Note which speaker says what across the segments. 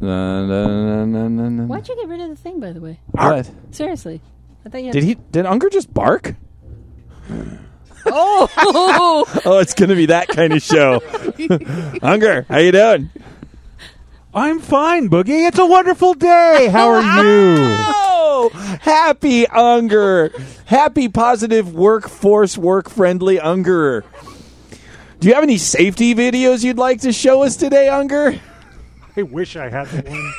Speaker 1: Na, na, na, na, na.
Speaker 2: Why'd you get rid of the thing, by the way?
Speaker 1: What?
Speaker 2: Seriously. I thought you had
Speaker 1: Did he? Did Unger just bark?
Speaker 2: Oh!
Speaker 1: Oh, it's gonna be that kind of show. Unger, how you doing?
Speaker 3: I'm fine, Boogie. It's a wonderful day. How are you?
Speaker 1: Oh, happy Unger, happy positive workforce, work friendly Unger. Do you have any safety videos you'd like to show us today, Unger?
Speaker 3: I wish I had the one.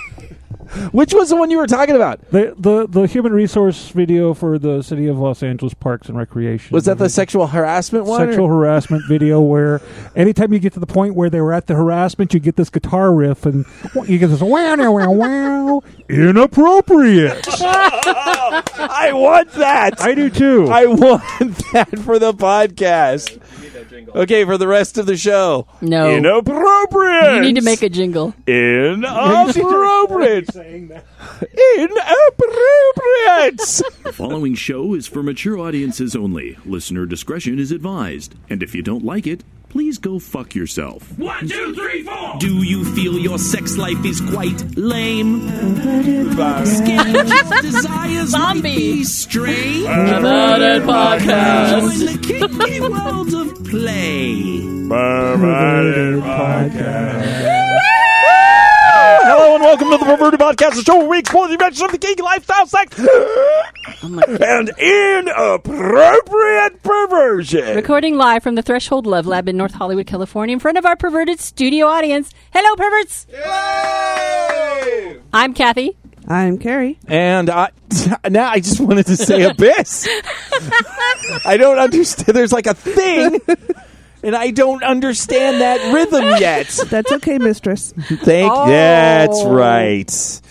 Speaker 1: Which was the one you were talking about?
Speaker 4: The, the the human resource video for the city of Los Angeles Parks and Recreation
Speaker 1: Was that the sexual harassment one?
Speaker 4: sexual
Speaker 1: or-
Speaker 4: harassment video where anytime you get to the point where they were at the harassment, you get this guitar riff and you get this wow now wow wow inappropriate.
Speaker 1: I want that.
Speaker 4: I do too.
Speaker 1: I want that for the podcast. Okay, for the rest of the show.
Speaker 2: No.
Speaker 1: Inappropriate.
Speaker 2: You need to make a jingle.
Speaker 1: inappropriate. inappropriate.
Speaker 5: The following show is for mature audiences only. Listener discretion is advised. And if you don't like it, please go fuck yourself.
Speaker 6: One, two, three, four. Do you feel your sex life is quite lame? Scandalous desires
Speaker 2: Zombie.
Speaker 6: might be stray.
Speaker 2: podcast.
Speaker 6: Join the kinky world of play.
Speaker 1: Uh, Hello and welcome to the Perverted Podcast, the show where we explore the dimensions of the geeky lifestyle, sex,
Speaker 2: Oh
Speaker 1: and inappropriate perversion.
Speaker 2: Recording live from the Threshold Love Lab in North Hollywood, California, in front of our perverted studio audience. Hello, perverts! I'm Kathy.
Speaker 7: I'm Carrie.
Speaker 1: And I, now I just wanted to say abyss. I don't understand. There's like a thing, and I don't understand that rhythm yet.
Speaker 7: That's okay, mistress.
Speaker 1: Thank.
Speaker 2: Oh.
Speaker 1: That's right.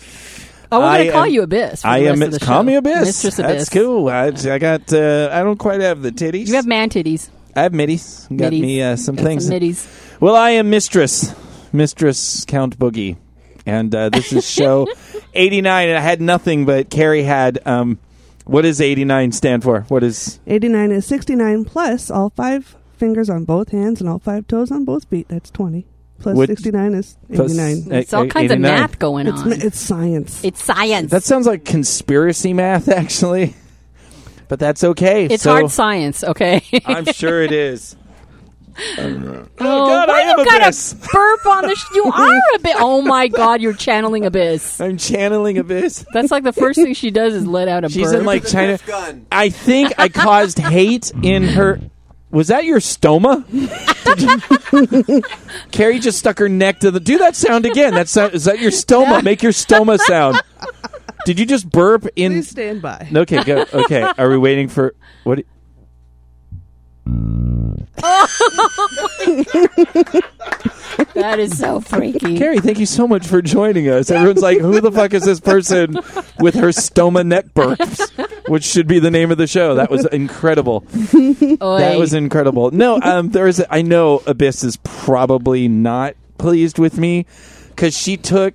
Speaker 2: Oh, we're
Speaker 1: I
Speaker 2: going to call
Speaker 1: am-
Speaker 2: you Abyss. For
Speaker 1: I
Speaker 2: the
Speaker 1: am.
Speaker 2: Rest of the
Speaker 1: call
Speaker 2: show.
Speaker 1: me abyss.
Speaker 2: Mistress Abyss.
Speaker 1: That's cool. I, I got. Uh, I don't quite have the titties.
Speaker 2: You have man titties.
Speaker 1: I have middies. Got
Speaker 2: Middies.
Speaker 1: me uh, some things.
Speaker 2: Some middies.
Speaker 1: Well, I am Mistress, Mistress Count Boogie, and uh, this is show 89. And I had nothing, but Carrie had. Um, what does 89 stand for? What is
Speaker 7: 89 is 69 plus all five fingers on both hands and all five toes on both feet. That's 20. Plus
Speaker 1: What-
Speaker 7: 69 is
Speaker 1: plus-
Speaker 7: 89.
Speaker 1: eh,
Speaker 2: It's all
Speaker 1: eh,
Speaker 2: kinds
Speaker 1: 89.
Speaker 2: of math going
Speaker 7: it's,
Speaker 2: on.
Speaker 7: ma-
Speaker 2: It's,
Speaker 7: it's science.
Speaker 2: science.
Speaker 1: That sounds like conspiracy math, actually, but that's okay.
Speaker 2: it's
Speaker 1: So,
Speaker 2: hard science, okay?
Speaker 1: I'm sure it is.
Speaker 2: Oh,
Speaker 1: God,
Speaker 2: why
Speaker 1: I am
Speaker 2: you got
Speaker 1: Abyss.
Speaker 2: a burp on the? Sh- you are a bit. Oh my God, you're channeling abyss.
Speaker 1: I'm channeling abyss.
Speaker 2: That's like the first thing she does is let out a
Speaker 1: She's
Speaker 2: burp.
Speaker 1: in like China. I think I caused hate in her. Was that your stoma? Carrie just stuck her neck to the. Do that sound again. That sound is that your stoma? Make your stoma sound. Did you just burp in?
Speaker 7: Please stand by.
Speaker 1: Okay, go. Okay, are we waiting for what?
Speaker 2: that is so freaky.
Speaker 1: Carrie, thank you so much for joining us. Everyone's like, who the fuck is this person with her stoma neck burps? Which should be the name of the show. That was incredible. That
Speaker 2: Oy.
Speaker 1: was incredible. No, um, there is. I know Abyss is probably not pleased with me because she took,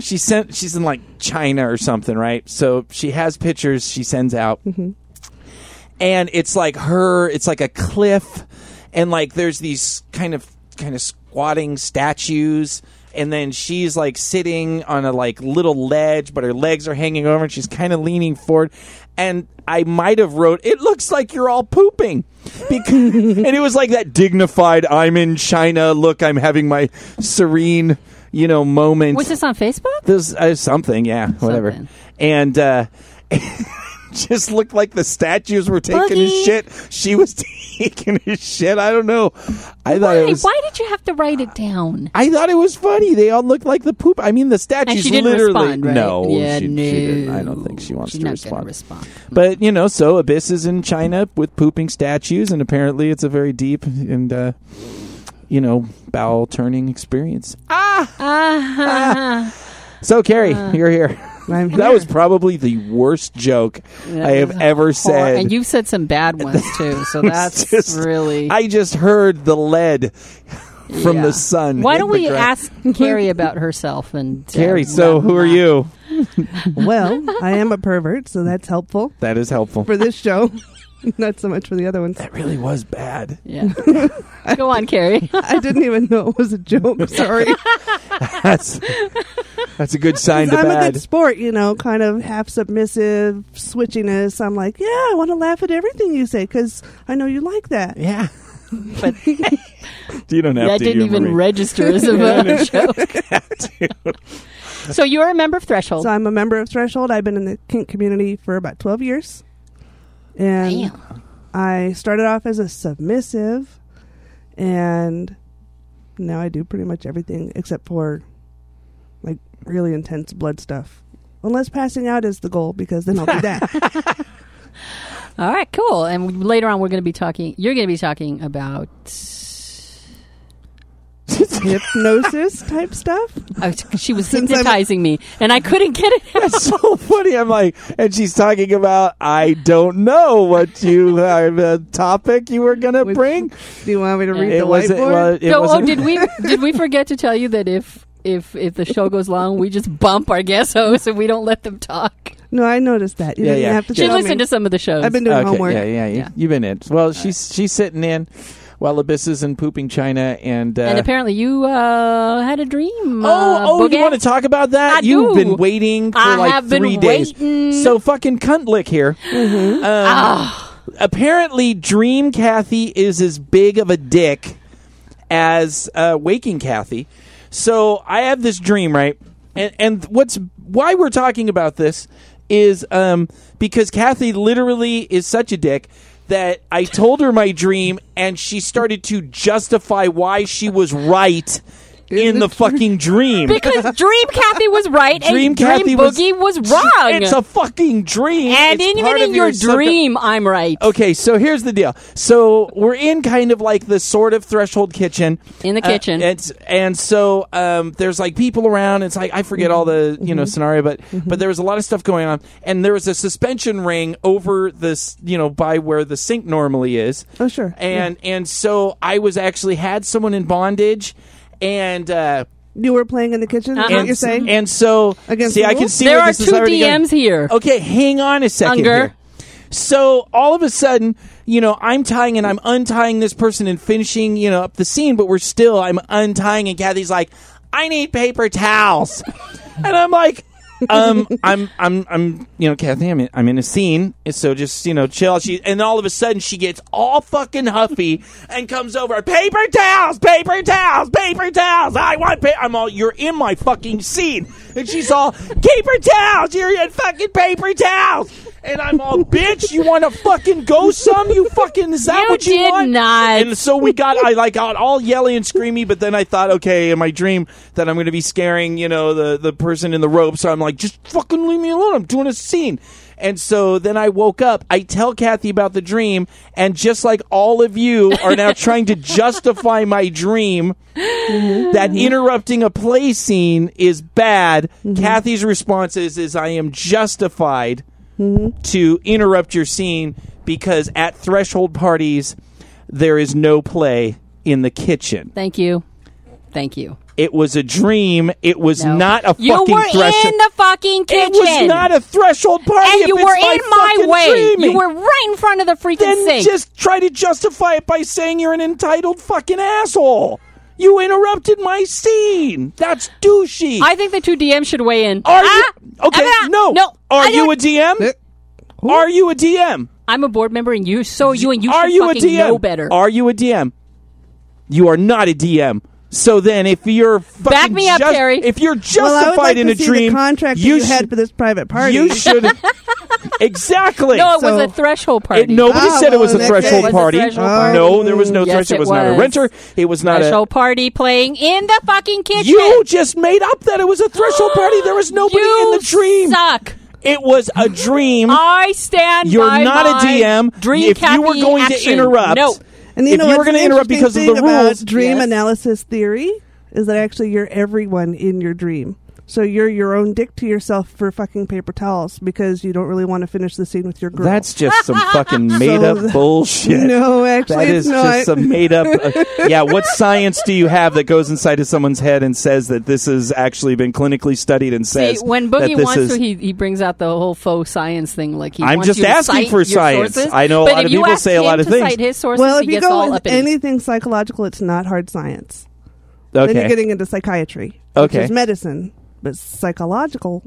Speaker 1: she sent, she's in like China or something, right? So she has pictures she sends out, and it's like her. It's like a cliff, and like there's these kind of kind of squatting statues. And then she's like sitting on a like little ledge, but her legs are hanging over, and she's kind of leaning forward. And I might have wrote, "It looks like you're all pooping," because, and it was like that dignified, "I'm in China. Look, I'm having my serene, you know, moment."
Speaker 2: Was this on Facebook?
Speaker 1: There's uh, something, yeah, whatever.
Speaker 2: Something.
Speaker 1: And uh, just looked like the statues were taking his
Speaker 2: Boogie.
Speaker 1: shit. She was taking his shit. I don't know. I thought
Speaker 2: Why?
Speaker 1: it was.
Speaker 2: Why did you have to write it down?
Speaker 1: I thought it was funny. They all looked like the poop. I mean, the statues
Speaker 2: And she didn't
Speaker 1: literally.
Speaker 2: respond, right?
Speaker 1: No,
Speaker 2: yeah,
Speaker 1: she,
Speaker 2: no.
Speaker 1: she didn't. I don't think she wants
Speaker 2: She's
Speaker 1: to
Speaker 2: not
Speaker 1: respond.
Speaker 2: Gonna respond.
Speaker 1: But you know, so Abyss is in China with pooping statues, and apparently it's a very deep and uh, you know bowel turning experience.
Speaker 2: Ah,
Speaker 1: So Carrie,
Speaker 2: Uh.
Speaker 1: you're here.
Speaker 7: I'm here.
Speaker 1: That was probably the worst joke
Speaker 2: That
Speaker 1: I have
Speaker 2: was
Speaker 1: ever said.
Speaker 2: and you've said some bad ones too, so that's
Speaker 1: just-
Speaker 2: really.
Speaker 1: I just heard the lead from
Speaker 2: yeah.
Speaker 1: the sun.
Speaker 2: Why
Speaker 1: hit
Speaker 2: don't
Speaker 1: the
Speaker 2: we
Speaker 1: ground.
Speaker 2: ask Carrie about herself and uh,
Speaker 1: Carrie? So
Speaker 2: what-
Speaker 1: who are you?
Speaker 7: well, I am a pervert, so that's helpful
Speaker 1: That is helpful.
Speaker 7: for this show. Not so much for the other ones.
Speaker 1: That really was bad.
Speaker 2: Yeah. Go on, Carrie.
Speaker 7: I didn't even know it was a joke. Sorry.
Speaker 1: That's That's a good sign to
Speaker 7: I'm a
Speaker 1: bad.
Speaker 7: good sport, you know, kind of half submissive switchiness. I'm like, yeah, I want to laugh at everything you say because I know you like that.
Speaker 1: yeah.
Speaker 2: But
Speaker 1: You don't have
Speaker 2: that
Speaker 1: to.
Speaker 2: didn't
Speaker 1: you,
Speaker 2: even
Speaker 1: Marie.
Speaker 2: register as a, a joke. so you're a member of Threshold.
Speaker 7: So I'm a member of Threshold. I've been in the kink community for about 12 years. And
Speaker 2: Damn.
Speaker 7: I started off as a submissive, and now I do pretty much everything except for like really intense blood stuff. Unless passing out is the goal, because then I'll do that.
Speaker 2: All right, cool. And we- later on, we're going to be talking. You're going to be talking about.
Speaker 7: Hypnosis type stuff.
Speaker 2: Oh, she was
Speaker 7: Since I'm-
Speaker 2: hypnotizing me, and I couldn't get it. out.
Speaker 1: That's so funny. I'm like, and she's talking about I don't know what you uh, the topic you were gonna
Speaker 7: Which-
Speaker 1: bring.
Speaker 7: Do you want me to read
Speaker 1: It
Speaker 7: the
Speaker 1: wasn't.
Speaker 7: whiteboard?
Speaker 1: Well, it
Speaker 2: No, oh,
Speaker 1: wasn't
Speaker 2: did we did we forget to tell you that if if if the show goes long, we just bump our guest hosts and we don't let them talk.
Speaker 7: no, I noticed that. You
Speaker 1: Yeah,
Speaker 7: didn't
Speaker 1: yeah.
Speaker 7: have to
Speaker 2: She
Speaker 7: tell me.
Speaker 2: listened to some of the shows.
Speaker 7: I've been doing
Speaker 1: okay,
Speaker 7: homework.
Speaker 1: Yeah, yeah, you,
Speaker 2: Yeah.
Speaker 1: You've been it. Well, she's she's sitting in while Abyss is in pooping China and. Uh,
Speaker 2: and apparently, you uh, had a dream. uh,
Speaker 1: Oh, oh! You
Speaker 2: Bogan.
Speaker 1: want to talk about that?
Speaker 2: I
Speaker 1: You've
Speaker 2: do.
Speaker 1: been waiting for
Speaker 2: I
Speaker 1: like
Speaker 2: have been
Speaker 1: three days.
Speaker 2: waiting.
Speaker 1: So fucking cuntlick here. Um, Apparently, Dream Kathy is as big of a dick as uh, Waking Kathy. So I have this dream, right? And and what's why we're talking about this is um, because Kathy literally is such a dick that I told her my dream, and she started to justify why she was right. In the fucking dream,
Speaker 2: because Dream Kathy was right
Speaker 1: Dream
Speaker 2: and Dream
Speaker 1: Kathy was-
Speaker 2: Boogie was, wrong.
Speaker 1: It's a fucking dream.
Speaker 2: and
Speaker 1: It's
Speaker 2: even
Speaker 1: part
Speaker 2: in
Speaker 1: of
Speaker 2: your,
Speaker 1: subcon-
Speaker 2: dream, I'm right.
Speaker 1: Okay, so here's the deal. So we're in kind of like the sort of threshold kitchen.
Speaker 2: In the
Speaker 1: Uh,
Speaker 2: kitchen.
Speaker 1: it's and so um, there's like people around. It's like I forget all the you
Speaker 2: Mm-hmm.
Speaker 1: know scenario, but but there was a lot of stuff going on, and there was a suspension ring over this you know by where the sink normally is.
Speaker 7: Oh, sure.
Speaker 1: And and so I was actually had someone in bondage, and. Uh,
Speaker 7: You were playing in the kitchen. Is
Speaker 2: Uh-uh.
Speaker 7: that what
Speaker 1: and,
Speaker 7: you're saying?
Speaker 1: and so
Speaker 7: Against
Speaker 1: see,
Speaker 7: the
Speaker 1: I can
Speaker 7: rules?
Speaker 1: see
Speaker 2: there
Speaker 1: where
Speaker 2: are
Speaker 1: this is
Speaker 2: two
Speaker 1: already going.
Speaker 2: DMs here.
Speaker 1: Okay, hang on a second
Speaker 2: Unger.
Speaker 1: here. So all of a sudden, you know, I'm tying and I'm untying this person and finishing, you know, up the scene, but we're still I'm untying and Kathy's like, I need paper towels. and I'm like, um, I'm I'm I'm you know, Kathy, I'm in, I'm in a scene, so just, you know, chill. She and all of a sudden she gets all fucking huffy and comes over, paper towels, paper towels, paper towels. I want pa-. I'm all you're in my fucking scene. And she's all, paper towels, you're in fucking paper towels. And I'm all, bitch, you want to fucking go some? You fucking, is that
Speaker 2: You
Speaker 1: what you
Speaker 2: did
Speaker 1: want?
Speaker 2: not.
Speaker 1: And so we got, I like got all yelly and screamy, but then I thought, okay, in my dream that I'm going to be scaring, you know, the, the person in the rope. So I'm like, just fucking leave me alone. I'm doing a scene. And so then I woke up. I tell Kathy about the dream, and just like all of you are now trying to justify my dream that interrupting a play scene is bad. Kathy's response is, is I am justified to interrupt your scene because at threshold parties there is no play in the kitchen.
Speaker 2: Thank you. Thank you.
Speaker 1: It was a dream. It was
Speaker 2: No.
Speaker 1: not a
Speaker 2: You
Speaker 1: fucking
Speaker 2: were
Speaker 1: threshold.
Speaker 2: in the fucking kitchen.
Speaker 1: it was not a threshold party.
Speaker 2: and
Speaker 1: if
Speaker 2: you
Speaker 1: it's
Speaker 2: were
Speaker 1: my
Speaker 2: in my
Speaker 1: fucking
Speaker 2: way.
Speaker 1: dreaming.
Speaker 2: You were right in front of the freaking
Speaker 1: then
Speaker 2: sink.
Speaker 1: just try to justify it by saying you're an entitled fucking asshole. You interrupted my scene. That's douchey.
Speaker 2: I think the two DMs should weigh in.
Speaker 1: Are
Speaker 2: Ah!
Speaker 1: you okay?
Speaker 2: Ah!
Speaker 1: no.
Speaker 2: no.
Speaker 1: Are
Speaker 2: I
Speaker 1: you a
Speaker 2: don't-
Speaker 1: DM? Are you a DM?
Speaker 2: I'm a board member, and you. So you and you
Speaker 1: are
Speaker 2: should
Speaker 1: you a
Speaker 2: fucking
Speaker 1: DM?
Speaker 2: know better.
Speaker 1: Are you a DM? You are not a DM. So then, if you're fucking
Speaker 2: me up,
Speaker 1: just-
Speaker 2: Terry.
Speaker 1: If you're
Speaker 7: well, I
Speaker 1: justified
Speaker 7: would like
Speaker 1: in
Speaker 7: to
Speaker 1: a
Speaker 7: see
Speaker 1: dream,
Speaker 7: the contract that
Speaker 1: you,
Speaker 7: you, had for this private party.
Speaker 1: you should exactly.
Speaker 2: no, it
Speaker 7: So-
Speaker 2: was a threshold party.
Speaker 1: It- nobody
Speaker 7: Ah,
Speaker 1: said it
Speaker 7: well,
Speaker 1: was a
Speaker 7: in that
Speaker 1: threshold
Speaker 7: case- Oh. It was a
Speaker 1: party.
Speaker 2: threshold party.
Speaker 1: No, there was no
Speaker 2: Yes,
Speaker 1: threshold.
Speaker 2: it
Speaker 1: It was, not a
Speaker 2: was.
Speaker 1: renter. It was not
Speaker 2: threshold party playing in the fucking
Speaker 1: a.
Speaker 2: kitchen.
Speaker 1: You just made up that it was a threshold party. There was nobody
Speaker 2: You
Speaker 1: in the dream.
Speaker 2: Suck.
Speaker 1: It was a dream.
Speaker 2: I stand.
Speaker 1: You're
Speaker 2: by
Speaker 1: not a
Speaker 2: my
Speaker 1: DM.
Speaker 2: Dream
Speaker 1: if you were
Speaker 2: Kathy
Speaker 1: going to
Speaker 2: action.
Speaker 1: interrupt,
Speaker 2: no.
Speaker 7: And you
Speaker 1: if
Speaker 7: know
Speaker 1: you were
Speaker 7: what's
Speaker 1: going
Speaker 7: the
Speaker 1: to interrupt
Speaker 7: interesting
Speaker 1: because of the
Speaker 7: thing about
Speaker 1: rules,
Speaker 7: dream
Speaker 2: Yes.
Speaker 7: analysis theory is that actually you're everyone in your dream. So you're your own dick to yourself for fucking paper towels because you don't really want to finish the scene with your girl.
Speaker 1: that's just some fucking made
Speaker 7: So-
Speaker 1: up bullshit.
Speaker 7: no, actually,
Speaker 1: That
Speaker 7: it's
Speaker 1: is
Speaker 7: not.
Speaker 1: just some made up. uh, yeah, what science do you have that goes inside of someone's head and says that this has actually been clinically studied and
Speaker 2: See,
Speaker 1: says
Speaker 2: when
Speaker 1: that
Speaker 2: Boogie
Speaker 1: this
Speaker 2: wants
Speaker 1: is,
Speaker 2: to, he, he brings out the whole faux science thing. Like he
Speaker 1: I'm
Speaker 2: wants
Speaker 1: just
Speaker 2: you to
Speaker 1: asking
Speaker 2: cite
Speaker 1: for
Speaker 2: your
Speaker 1: science.
Speaker 2: sources.
Speaker 1: I know a
Speaker 2: but
Speaker 1: lot
Speaker 2: if
Speaker 1: of
Speaker 2: you
Speaker 1: people
Speaker 2: ask
Speaker 1: say a lot
Speaker 2: him
Speaker 1: of
Speaker 2: to
Speaker 1: things.
Speaker 2: Cite his sources,
Speaker 7: well,
Speaker 2: he
Speaker 7: if you
Speaker 2: gets all
Speaker 7: go
Speaker 2: up
Speaker 7: with
Speaker 2: in it.
Speaker 7: anything psychological, it's not hard science. Then you're
Speaker 1: okay,
Speaker 7: getting into psychiatry, which
Speaker 1: Okay.
Speaker 7: is medicine. but psychological.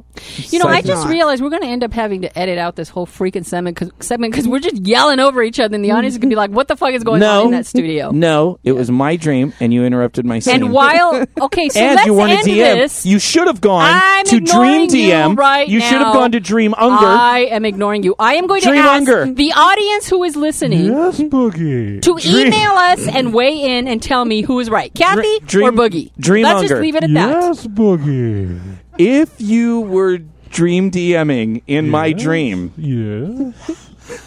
Speaker 2: You know, I
Speaker 7: Psych-
Speaker 2: just
Speaker 7: not.
Speaker 2: realized we're going to end up having to edit out this whole freaking segment because we're just yelling over each other, and the audience is going to be like, "What the fuck is going on in that studio?"
Speaker 1: No, it was my dream, and you interrupted my scene.
Speaker 2: And while okay, so
Speaker 1: and
Speaker 2: let's
Speaker 1: you wanted
Speaker 2: end
Speaker 1: DM.
Speaker 2: this.
Speaker 1: You should have gone
Speaker 2: I'm
Speaker 1: to Dream
Speaker 2: ignoring you
Speaker 1: DM.
Speaker 2: right
Speaker 1: you should have
Speaker 2: now.
Speaker 1: gone to Dream Unger.
Speaker 2: I am ignoring you. I am going to
Speaker 1: Dream
Speaker 2: ask
Speaker 1: Unger.
Speaker 2: the audience who is listening
Speaker 4: Yes, Boogie.
Speaker 2: to email us and weigh in and tell me who is right, Kathy
Speaker 1: Dream-
Speaker 2: or Boogie.
Speaker 1: Dream
Speaker 2: Let's just
Speaker 1: Unger.
Speaker 2: leave it at that.
Speaker 4: Yes, Boogie.
Speaker 1: if you were Dream DMing in my
Speaker 4: Yes.
Speaker 1: dream,
Speaker 4: Yes.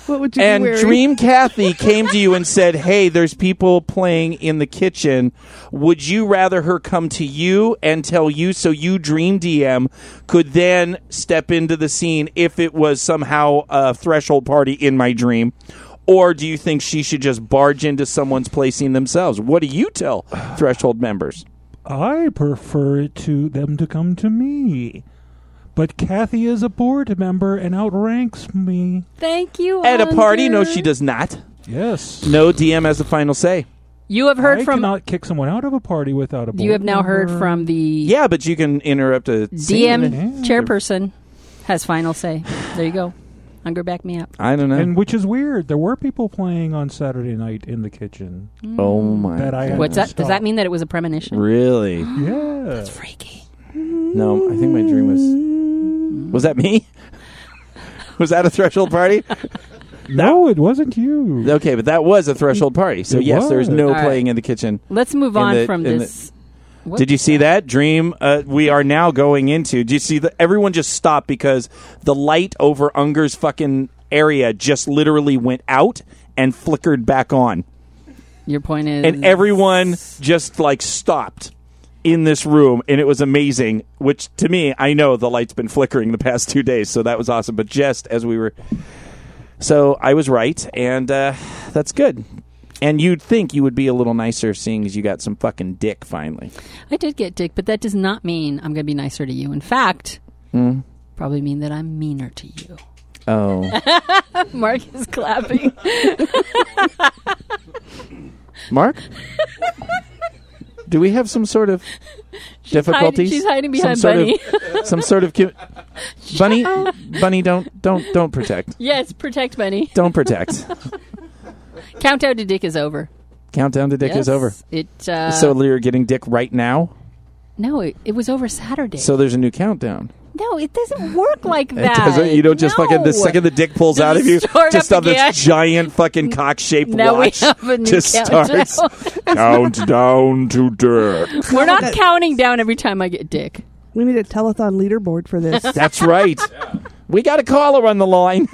Speaker 7: What would you
Speaker 1: and
Speaker 7: be wearing?
Speaker 1: Dream Kathy came to you and said, "Hey, there's people playing in the kitchen. Would you rather her come to you and tell you so you Dream DM could then step into the scene if it was somehow a threshold party in my dream?" Or do you think she should just barge into someone's placing themselves? What do you tell threshold members?
Speaker 4: I prefer it to them to come to me. But Kathy is a board member and outranks me.
Speaker 2: Thank you.
Speaker 1: At a party? No,
Speaker 2: Unger.
Speaker 1: she does not.
Speaker 4: Yes.
Speaker 1: No, DM has the final say.
Speaker 2: You have heard
Speaker 4: I
Speaker 2: from.
Speaker 4: cannot kick someone out of a party without a board
Speaker 2: you have now heard
Speaker 4: member.
Speaker 2: from the
Speaker 1: Yeah, but you can interrupt a
Speaker 2: DM
Speaker 1: scene.
Speaker 2: chairperson has final say. There you go. Unger, back me up.
Speaker 1: I don't know.
Speaker 4: And which is weird. There were people playing on Saturday night in the kitchen.
Speaker 1: oh my!
Speaker 4: That I
Speaker 1: God.
Speaker 2: What's that? Does
Speaker 4: Stop.
Speaker 2: that mean that it was a premonition?
Speaker 1: Really?
Speaker 4: Yeah.
Speaker 2: Freaky.
Speaker 1: No, I think my dream was. Was that me? was that a threshold party?
Speaker 4: no, it wasn't you.
Speaker 1: Okay, but that was a threshold party. So
Speaker 4: It
Speaker 1: yes, there's
Speaker 4: was.
Speaker 1: no
Speaker 2: All right.
Speaker 1: playing in the kitchen.
Speaker 2: Let's move
Speaker 1: In
Speaker 2: on
Speaker 1: the-
Speaker 2: from
Speaker 1: in
Speaker 2: this. What?
Speaker 1: Did you see that dream? Uh, we are now going into. Did you see that? Everyone just stopped because the light over Unger's fucking area just literally went out and flickered back on,
Speaker 2: Your point is,
Speaker 1: and everyone just like stopped in this room and it was amazing which to me i know the light's been flickering the past two days so that was awesome but just as we were So I was right, and uh, that's good. And you'd think you would be a little nicer, seeing as you got some fucking dick finally.
Speaker 2: I did get dick, but that does not mean I'm going to be nicer to you. In fact,
Speaker 1: Hmm.
Speaker 2: probably mean that I'm meaner to you.
Speaker 1: Oh,
Speaker 2: Mark is clapping.
Speaker 1: Mark, do we have some sort of difficulties?
Speaker 2: hiding- she's
Speaker 1: Some
Speaker 2: hiding behind
Speaker 1: sort of-
Speaker 2: Bunny.
Speaker 1: some sort of cu- bunny, bunny, don't, don't, don't protect,
Speaker 2: yes, protect Benny.
Speaker 1: don't protect.
Speaker 2: Countdown to dick is over.
Speaker 1: Countdown to dick
Speaker 2: Yes,
Speaker 1: is over.
Speaker 2: It uh,
Speaker 1: so you're getting dick right now.
Speaker 2: no, it, it was over Saturday.
Speaker 1: So there's a new countdown.
Speaker 2: no, it doesn't work like that.
Speaker 1: It doesn't, you don't just
Speaker 2: No.
Speaker 1: fucking the second the dick pulls
Speaker 2: Does
Speaker 1: out
Speaker 2: it
Speaker 1: of you,
Speaker 2: start
Speaker 1: just
Speaker 2: up
Speaker 1: on this
Speaker 2: again?
Speaker 1: giant fucking cock shaped
Speaker 2: Now we
Speaker 1: watch
Speaker 2: have a new
Speaker 1: just
Speaker 2: countdown.
Speaker 1: starts. Countdown to dick.
Speaker 2: We're not counting down every time I get dick.
Speaker 7: We need a telethon leaderboard for this.
Speaker 1: That's right. We got a caller on the line.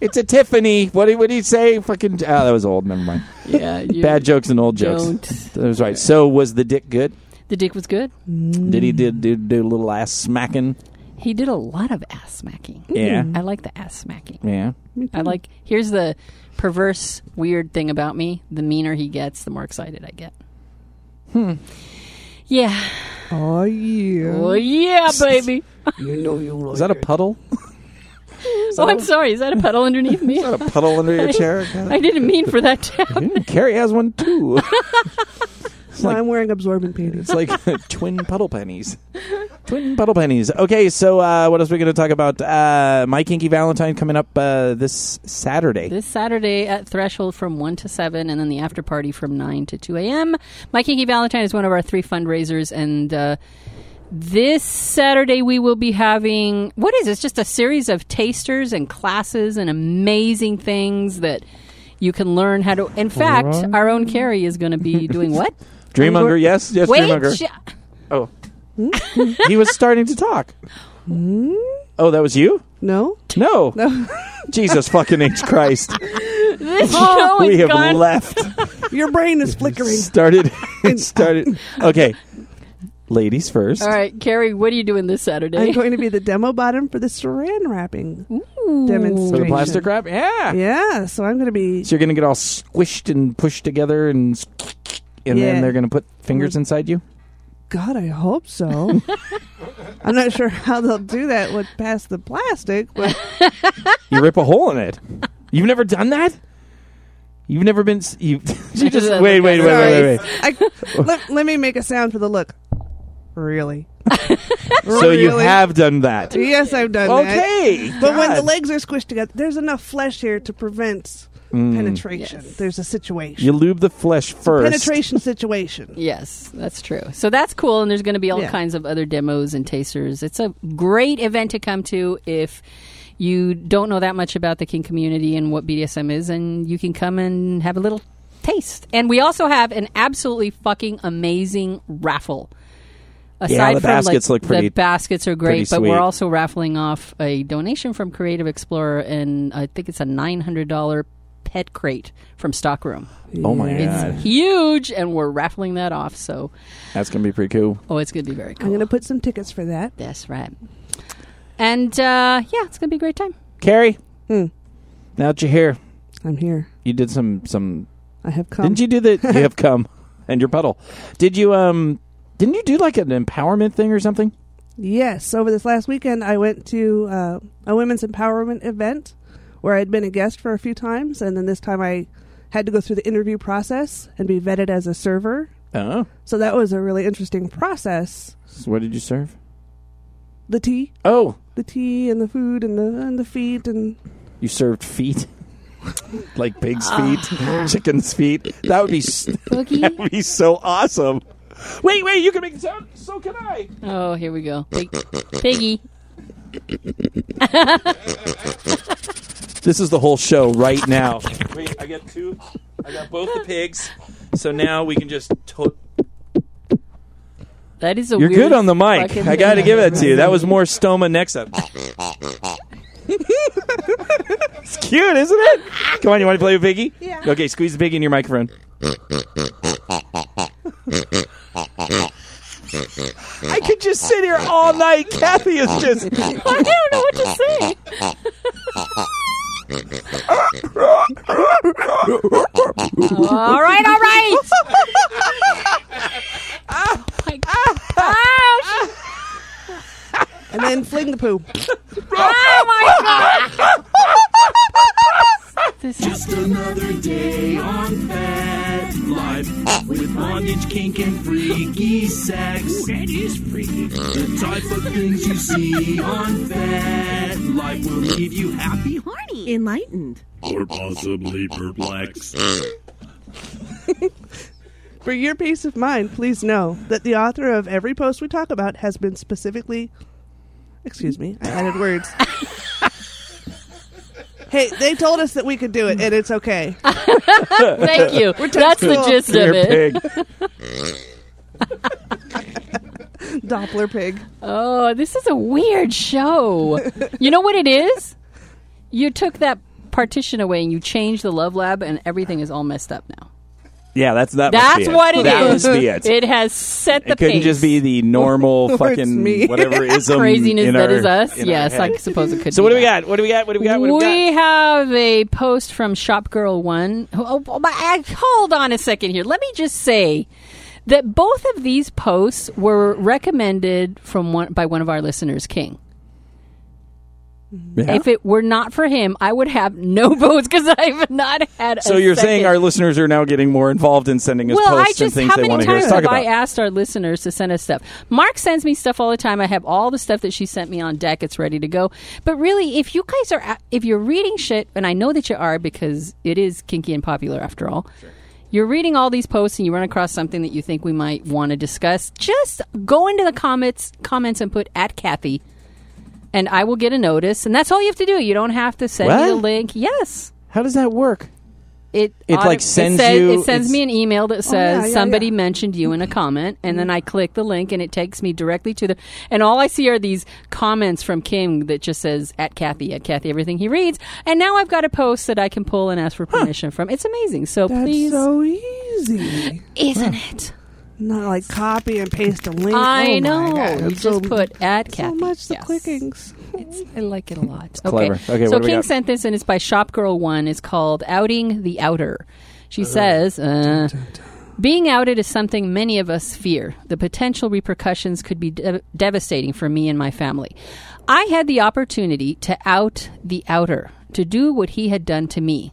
Speaker 1: it's a Tiffany. What did, what did he say? Fucking ah, that was old. Never mind.
Speaker 2: Yeah, you
Speaker 1: Bad jokes and old jokes.
Speaker 2: Don't.
Speaker 1: That was right. So was the dick good?
Speaker 2: The dick was good.
Speaker 1: Did he did do, do a little ass smacking?
Speaker 2: He did a lot of ass smacking.
Speaker 1: Yeah.
Speaker 2: I like the ass smacking.
Speaker 1: Yeah.
Speaker 2: I like. Here's the perverse, weird thing about me: the meaner he gets, the more excited I get. Hmm. Yeah.
Speaker 7: oh yeah.
Speaker 2: Oh yeah, baby.
Speaker 1: Is that a puddle?
Speaker 2: Oh, I'm sorry. Is that a pedal underneath me?
Speaker 1: Is that a puddle under your chair?
Speaker 2: I didn't mean for that to happen.
Speaker 1: Mm, Carrie has one too.
Speaker 7: So I'm wearing absorbent panties.
Speaker 1: It's like twin puddle pennies. Twin puddle pennies. Okay, so uh, what else are we going to talk about? Uh, My Kinky Valentine coming up uh, this Saturday.
Speaker 2: This Saturday at Threshold from 1 to 7, and then the after party from 9 to 2 a.m. My Kinky Valentine is one of our three fundraisers, and uh, this Saturday we will be having what is it? It's just a series of tasters and classes and amazing things that you can learn how to. In fact,
Speaker 4: Alright.
Speaker 2: our own Carrie is going to be doing what?
Speaker 1: Dreamhunger, yes, yes, Dreamhunger.
Speaker 2: sh-
Speaker 1: oh, he was starting to talk.
Speaker 2: Hmm?
Speaker 1: Oh, that was you?
Speaker 7: No,
Speaker 1: No, Jesus fucking H Christ!
Speaker 2: this show
Speaker 1: we
Speaker 2: is
Speaker 1: have
Speaker 2: gone.
Speaker 1: left.
Speaker 7: your brain is flickering.
Speaker 1: Started. it started. Okay, ladies first.
Speaker 2: All right, Carrie, what are you doing this
Speaker 7: I'm
Speaker 2: Saturday?
Speaker 7: going to be the demo bottom for the saran wrapping
Speaker 2: Ooh.
Speaker 1: For the
Speaker 7: demonstration.
Speaker 1: plastic wrap, yeah.
Speaker 7: Yeah, so I'm going to be.
Speaker 1: So you're gonna get all squished and pushed together, and s- and
Speaker 7: Yeah. Mm.
Speaker 1: then they're gonna put fingers inside you.
Speaker 7: God, I hope so. I'm not sure how they'll do that with past the plastic, but
Speaker 1: You rip a hole in it. You've never done that. You've never been. s- You, you just wait, wait, wait, wait, wait, wait.
Speaker 7: I, let, let me make a sound for the look. Really?
Speaker 1: So you have done that.
Speaker 7: Yes, I've done that.
Speaker 1: Okay.
Speaker 7: But when the
Speaker 1: God.
Speaker 7: legs are squished together, there's enough flesh here to prevent penetration. There's a situation.
Speaker 1: Mm. you lube the flesh first.
Speaker 7: Penetration situation.
Speaker 2: Yes, that's true. So that's cool, and there's going to be all
Speaker 7: Yeah.
Speaker 2: kinds of other demos and tasters. It's a great event to come to if you don't know that much about the King community and what BDSM is, and you can come and have a little taste. And we also have an absolutely fucking amazing raffle. Aside
Speaker 1: the
Speaker 2: from, like,
Speaker 1: baskets look pretty-
Speaker 2: The baskets are
Speaker 1: pretty
Speaker 2: great, but we're
Speaker 1: sweet.
Speaker 2: also raffling off a donation from Creative Explorer, and I think it's a nine hundred dollar pet crate from Stockroom.
Speaker 1: Oh my
Speaker 2: It's
Speaker 1: god,
Speaker 2: huge, and we're raffling that off. So,
Speaker 1: that's gonna be pretty cool.
Speaker 2: oh, it's going to be very
Speaker 7: I'm
Speaker 2: cool.
Speaker 7: going to put some tickets for that.
Speaker 2: That's right. And uh, yeah, it's going to be a great time.
Speaker 1: Carrie,
Speaker 7: Hmm.
Speaker 1: now that you're here,
Speaker 7: I'm here.
Speaker 1: you did some some.
Speaker 7: I have come.
Speaker 1: Didn't you do the? You have come and your puddle. Did you um? Didn't you do like an empowerment thing or something?
Speaker 7: Yes. Over this last weekend, I went to uh, a women's empowerment event where I'd been a guest for a few times, and then this time I had to go through the interview process and be vetted as a server.
Speaker 1: Oh,
Speaker 7: So that was a really interesting process.
Speaker 1: so what did you serve?
Speaker 7: The tea,
Speaker 1: Oh,
Speaker 7: the tea, and the food, and the and the feet, and
Speaker 1: you served feet, like pig's feet, chicken's feet. That would be s- that
Speaker 2: Boogie.
Speaker 1: would be so awesome. Wait, wait, you can make it sound. So can I.
Speaker 2: oh, here we go. Pig- Piggy.
Speaker 1: This is the whole show right now. Wait, I got two. I got both the pigs. So now we can just. To-
Speaker 2: That is a
Speaker 1: You're good
Speaker 2: weirdest
Speaker 1: on the mic.
Speaker 2: fucking
Speaker 1: I got to
Speaker 2: thing
Speaker 1: give
Speaker 2: I've
Speaker 1: that to you.
Speaker 2: ever
Speaker 1: That was
Speaker 2: seen.
Speaker 1: more stoma next up. it's cute, isn't it? Come on, you want to play with Piggy?
Speaker 7: Yeah.
Speaker 1: Okay, squeeze the piggy in your microphone. I could just sit here all night. Kathy is just.
Speaker 2: I don't know what to say. all right, all right. oh, my gosh.
Speaker 7: and then fling the poo.
Speaker 2: Oh, my gosh. This is
Speaker 6: Just another day on Fat Life with bondage, kink, and freaky sex. that is freaky. The type of things you see on Fat Life will leave you happy, horny,
Speaker 8: Enlightened.
Speaker 5: or possibly perplexed.
Speaker 7: For your peace of mind, please know that the author of every post we talk about has been specifically. Excuse me, I added words. hey, they told us that we could do it, and it's okay.
Speaker 2: Thank you. That's the
Speaker 7: textual.
Speaker 2: gist
Speaker 1: Your
Speaker 2: of it.
Speaker 1: pig.
Speaker 7: Doppler pig.
Speaker 2: Oh, this is a weird show. you know what it is? You took that partition away and you changed the love lab, and everything is all messed up now.
Speaker 1: Yeah, that's that. must
Speaker 2: That's
Speaker 1: be
Speaker 2: what
Speaker 1: it
Speaker 2: it
Speaker 1: that
Speaker 2: is.
Speaker 1: must be it.
Speaker 2: It has set the
Speaker 1: it couldn't
Speaker 2: pace.
Speaker 1: just be the normal fucking
Speaker 7: me.
Speaker 1: whatever ism
Speaker 2: craziness
Speaker 1: in
Speaker 2: that
Speaker 1: our-
Speaker 2: is us.
Speaker 1: in our
Speaker 2: Yes,
Speaker 1: head.
Speaker 2: I suppose it could.
Speaker 1: So
Speaker 2: be
Speaker 1: what do we
Speaker 2: that.
Speaker 1: got? What do we got? What do we got? What do we got?
Speaker 2: We have a post from Shopgirl One. Oh, oh, my, I- hold on a second here. Let me just say that both of these posts were recommended from one, by one of our listeners, King.
Speaker 1: Yeah.
Speaker 2: If it were not for him, I would have no votes because I've not had.
Speaker 1: So
Speaker 2: a
Speaker 1: you're saying
Speaker 2: second.
Speaker 1: our listeners are now getting more involved in sending us
Speaker 2: well, I
Speaker 1: posts
Speaker 2: just
Speaker 1: and things
Speaker 2: how
Speaker 1: they
Speaker 2: many
Speaker 1: want to hear
Speaker 2: times
Speaker 1: us talk
Speaker 2: have I
Speaker 1: about.
Speaker 2: asked our listeners to send us stuff? Mark sends me stuff all the time. I have all the stuff that she sent me on deck. It's ready to go. But really, if you guys are a- if you're reading shit, and I know that you are because it is kinky and popular after all. You're reading all these posts and you run across something that you think we might want to discuss. Just go into the comments comments and put at Kathy, and I will get a notice. And that's all you have to do. You don't have to send me
Speaker 1: What?
Speaker 2: the link. Yes
Speaker 1: How does that work?
Speaker 2: it
Speaker 1: It,
Speaker 2: auto-
Speaker 1: like, sends
Speaker 2: it says-
Speaker 1: you-
Speaker 2: it sends
Speaker 1: it's-
Speaker 2: me an email that says
Speaker 7: Oh, yeah, Mm-hmm. yeah,
Speaker 2: somebody
Speaker 7: yeah.
Speaker 2: mentioned you in a comment and then I click the link and it takes me directly to the and all I see are these comments from King that just says at Kathy at Kathy everything he reads and now I've got a post that I can pull and ask for permission from it's amazing so
Speaker 7: That's
Speaker 2: please
Speaker 7: so easy.
Speaker 2: isn't it
Speaker 7: Not like copy and paste a link.
Speaker 2: I
Speaker 7: Oh my
Speaker 2: know
Speaker 7: God,
Speaker 2: you
Speaker 7: it's
Speaker 2: just
Speaker 7: so,
Speaker 2: put at
Speaker 7: so
Speaker 2: Kathy
Speaker 7: much the
Speaker 2: Yes.
Speaker 7: clickings.
Speaker 2: It's, I like it a lot.
Speaker 1: clever. Okay,
Speaker 2: so
Speaker 1: what do we
Speaker 2: King
Speaker 1: got?
Speaker 2: sent this, and it's by Shopgirl One. It's called "Outing the Outer." She says, uh, "Being outed is something many of us fear. The potential repercussions could be de- devastating for me and my family. I had the opportunity to out the outer, to do what he had done to me.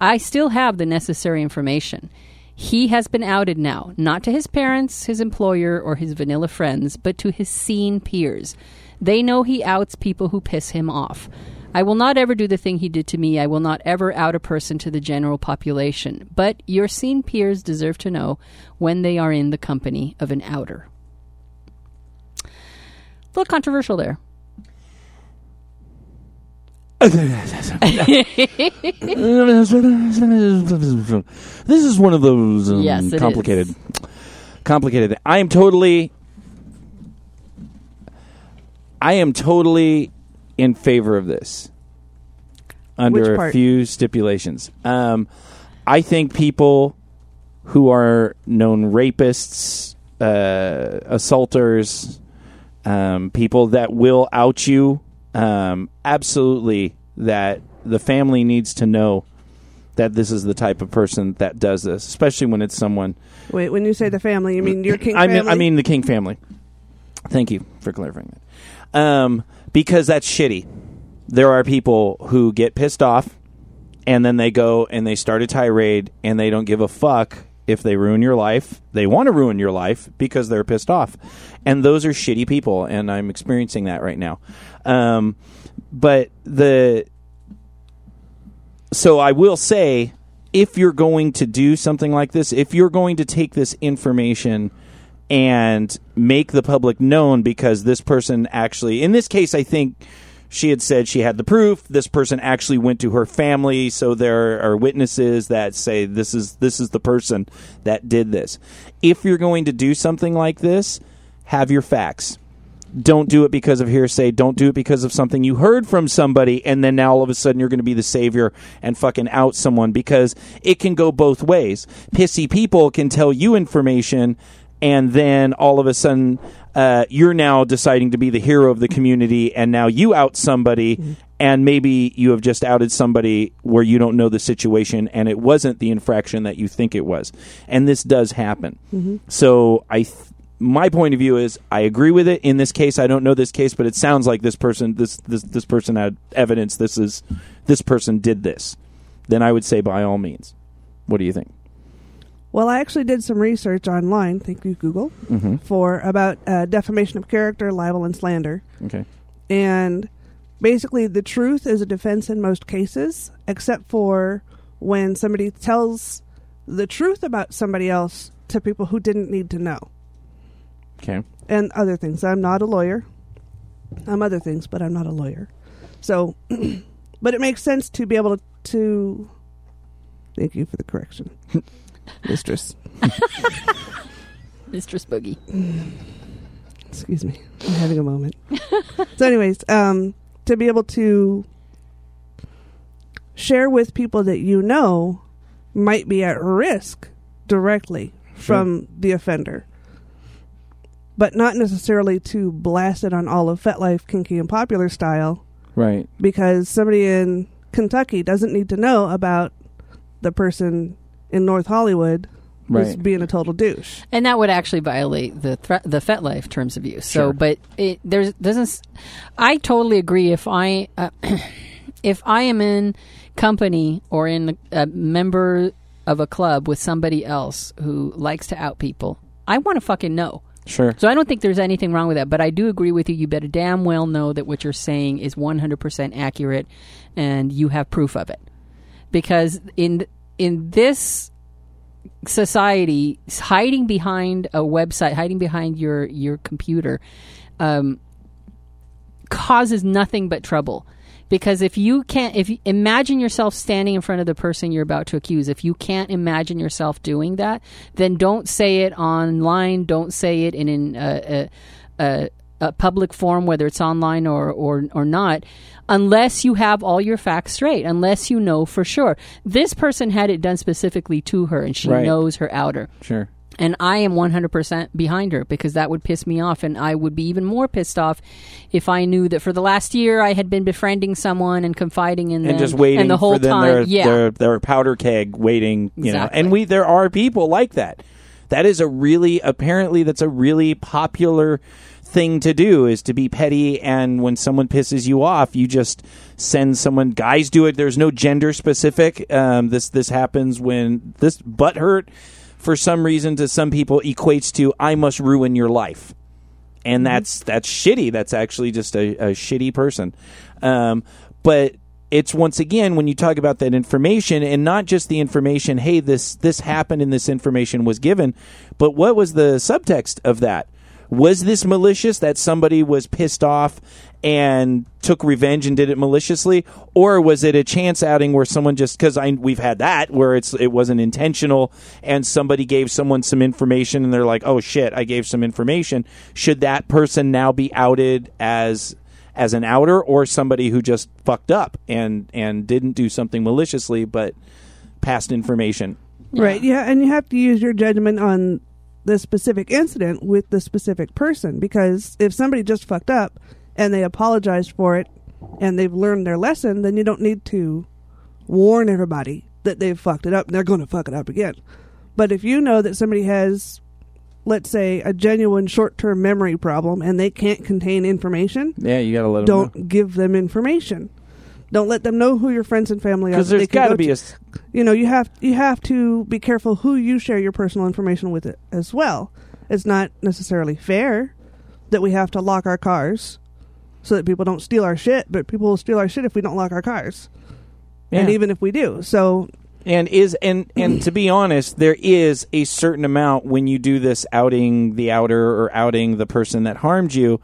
Speaker 2: I still have the necessary information." He has been outed now, not to his parents, his employer, or his vanilla friends, but to his scene peers. They know he outs people who piss him off. I will not ever do the thing he did to me. I will not ever out a person to the general population. But your scene peers deserve to know when they are in the company of an outer. A little controversial there.
Speaker 1: this is one of those um,
Speaker 2: Yes, it
Speaker 1: complicated,
Speaker 2: is.
Speaker 1: complicated. I am totally, I am totally in favor of this.
Speaker 7: Which
Speaker 1: Under a
Speaker 7: part?
Speaker 1: few stipulations, um, I think people who are known rapists, uh, assaulters, um, people that will out you. Um, absolutely, that the family needs to know that this is the type of person that does this, especially when it's someone.
Speaker 7: Wait, when you say the family, you mean your king
Speaker 1: I
Speaker 7: family?
Speaker 1: mean, I mean the King family. Thank you for clarifying that, um, because that's shitty. There are people who get pissed off, and then they go and they start a tirade, and they don't give a fuck if they ruin your life. They want to ruin your life because they're pissed off, and those are shitty people. And I'm experiencing that right now. Um, but the so I will say if you're going to do something like this, if you're going to take this information and make the public known because this person actually in this case I think she had said she had the proof this person actually went to her family so there are witnesses that say this is this is the person that did this. If you're going to do something like this, have your facts don't do it because of hearsay. Don't do it because of something you heard from somebody, and then now all of a sudden you're going to be the savior and fucking out someone because it can go both ways. Pissy people can tell you information, and then all of a sudden uh, you're now deciding to be the hero of the community, and now you out somebody, and maybe you have just outed somebody where you don't know the situation, and it wasn't the infraction that you think it was. And this does happen. So I. Th- my point of view is I agree with it in this case. I don't know this case, but it sounds like this person this this this person had evidence. This is this person did this. Then I would say by all means. What do you think?
Speaker 7: well, I actually did some research online. Thank you, Google,
Speaker 1: Mm-hmm.
Speaker 7: for about uh, defamation of character, libel, and slander.
Speaker 1: Okay.
Speaker 7: and basically the truth is a defense in most cases except for when somebody tells the truth about somebody else to people who didn't need to know
Speaker 1: Okay.
Speaker 7: and other things i'm not a lawyer i'm other things but i'm not a lawyer so but it makes sense to be able to, to thank you for the correction mistress
Speaker 2: Mistress Boogie.
Speaker 7: excuse me i'm having a moment so anyways um to be able to share with people that you know might be at risk directly from the offender but not necessarily to blast it on all of FetLife kinky and popular style
Speaker 1: Right.
Speaker 7: because somebody in Kentucky doesn't need to know about the person in North Hollywood who's
Speaker 1: Right.
Speaker 7: being a total douche.
Speaker 2: And that would actually violate the thre- the FetLife terms of use. So, but it there's doesn't. s- I totally agree. If I uh, if I am in company or in a member of a club with somebody else who likes to out people, I want to fucking know.
Speaker 1: Sure.
Speaker 2: So I don't think there's anything wrong with that, but I do agree with you. You better damn well know that what you're saying is 100% accurate and you have proof of it. Because in in this society, hiding behind a website, hiding behind your your computer um, causes nothing but trouble. Because if you can't, if you imagine yourself standing in front of the person you're about to accuse, if you can't imagine yourself doing that, then don't say it online. Don't say it in an, uh, a, a, a public forum, whether it's online or, or, or not, unless you have all your facts straight, unless you know for sure. This person had it done specifically to her and she
Speaker 1: Right.
Speaker 2: knows her outer.
Speaker 1: Sure.
Speaker 2: And I am 100% behind her because that would piss me off. And I would be even more pissed off if I knew that for the last year I had been befriending someone and confiding in them.
Speaker 1: And just waiting
Speaker 2: And the whole
Speaker 1: for them
Speaker 2: time.
Speaker 1: their,
Speaker 2: yeah.
Speaker 1: their their powder keg waiting, you know.
Speaker 2: Exactly.
Speaker 1: And we there are people like that. That is a really apparently that's a really popular thing to do is to be petty and when someone pisses you off you just send someone guys do it there's no gender specific um, this this happens when this butt hurt for some reason to some people equates to I must ruin your life. And that's that's shitty. That's actually just a, a shitty person. Um, but it's once again when you talk about that information and not just the information, hey, this this happened and this information was given, but what was the subtext of that? Was this malicious that somebody was pissed off and took revenge and did it maliciously, or was it a chance outing where someone just because I we've had that where it's it wasn't intentional and somebody gave someone some information and they're like, oh shit, I gave some information. Should that person now be outed as as an outer or somebody who just fucked up and and didn't do something maliciously but passed information?
Speaker 7: Right. Yeah, and you have to use your judgment on the specific incident with the specific person because if somebody just fucked up and they apologize for it and they've learned their lesson, then you don't need to warn everybody that they've fucked it up and they're going to fuck it up again. But if you know that somebody has let's say a genuine short-term memory problem and they can't contain information,
Speaker 1: Yeah, you got to let them
Speaker 7: don't give them information. Don't let them know who your friends and family are.
Speaker 1: because
Speaker 7: that they
Speaker 1: there's
Speaker 7: can
Speaker 1: got
Speaker 7: go
Speaker 1: to be
Speaker 7: to.
Speaker 1: a s-
Speaker 7: you know you have you have to be careful who you share your personal information with it as well. It's not necessarily fair that we have to lock our cars so that people don't steal our shit, but people will steal our shit if we don't lock our cars. And
Speaker 1: Yeah.
Speaker 7: even if we do. So
Speaker 1: and is and and to be honest there is a certain amount when you do this outing the outer or outing the person that harmed you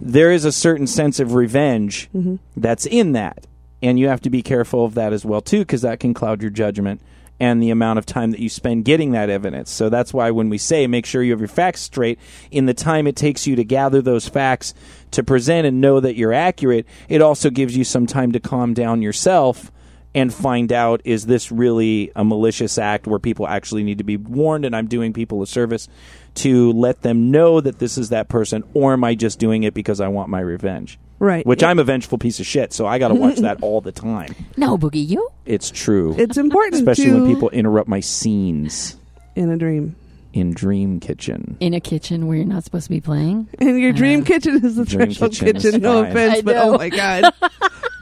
Speaker 1: there is a certain sense of revenge that's in that and you have to be careful of that as well too because that can cloud your judgment and the amount of time that you spend getting that evidence so that's why when we say make sure you have your facts straight in the time it takes you to gather those facts to present and know that you're accurate it also gives you some time to calm down yourself and find out is this really a malicious act where people actually need to be warned and I'm doing people a service to let them know that this is that person or am I just doing it because I want my revenge?
Speaker 7: Right.
Speaker 1: Which I'm a vengeful piece of shit, so I got to watch that all the time.
Speaker 2: No, Boogie, you?
Speaker 1: It's true.
Speaker 7: it's important
Speaker 1: Especially
Speaker 7: to
Speaker 1: when people interrupt my scenes
Speaker 7: in a dream.
Speaker 1: in Dream Kitchen.
Speaker 2: In a kitchen where you're not supposed to be playing?
Speaker 7: And your dream
Speaker 2: Uh,
Speaker 7: kitchen is the
Speaker 1: dream
Speaker 7: threshold
Speaker 1: kitchen
Speaker 7: kitchen.
Speaker 1: is
Speaker 7: no
Speaker 1: fine.
Speaker 7: offense,
Speaker 2: I
Speaker 7: but
Speaker 2: know.
Speaker 7: oh my god.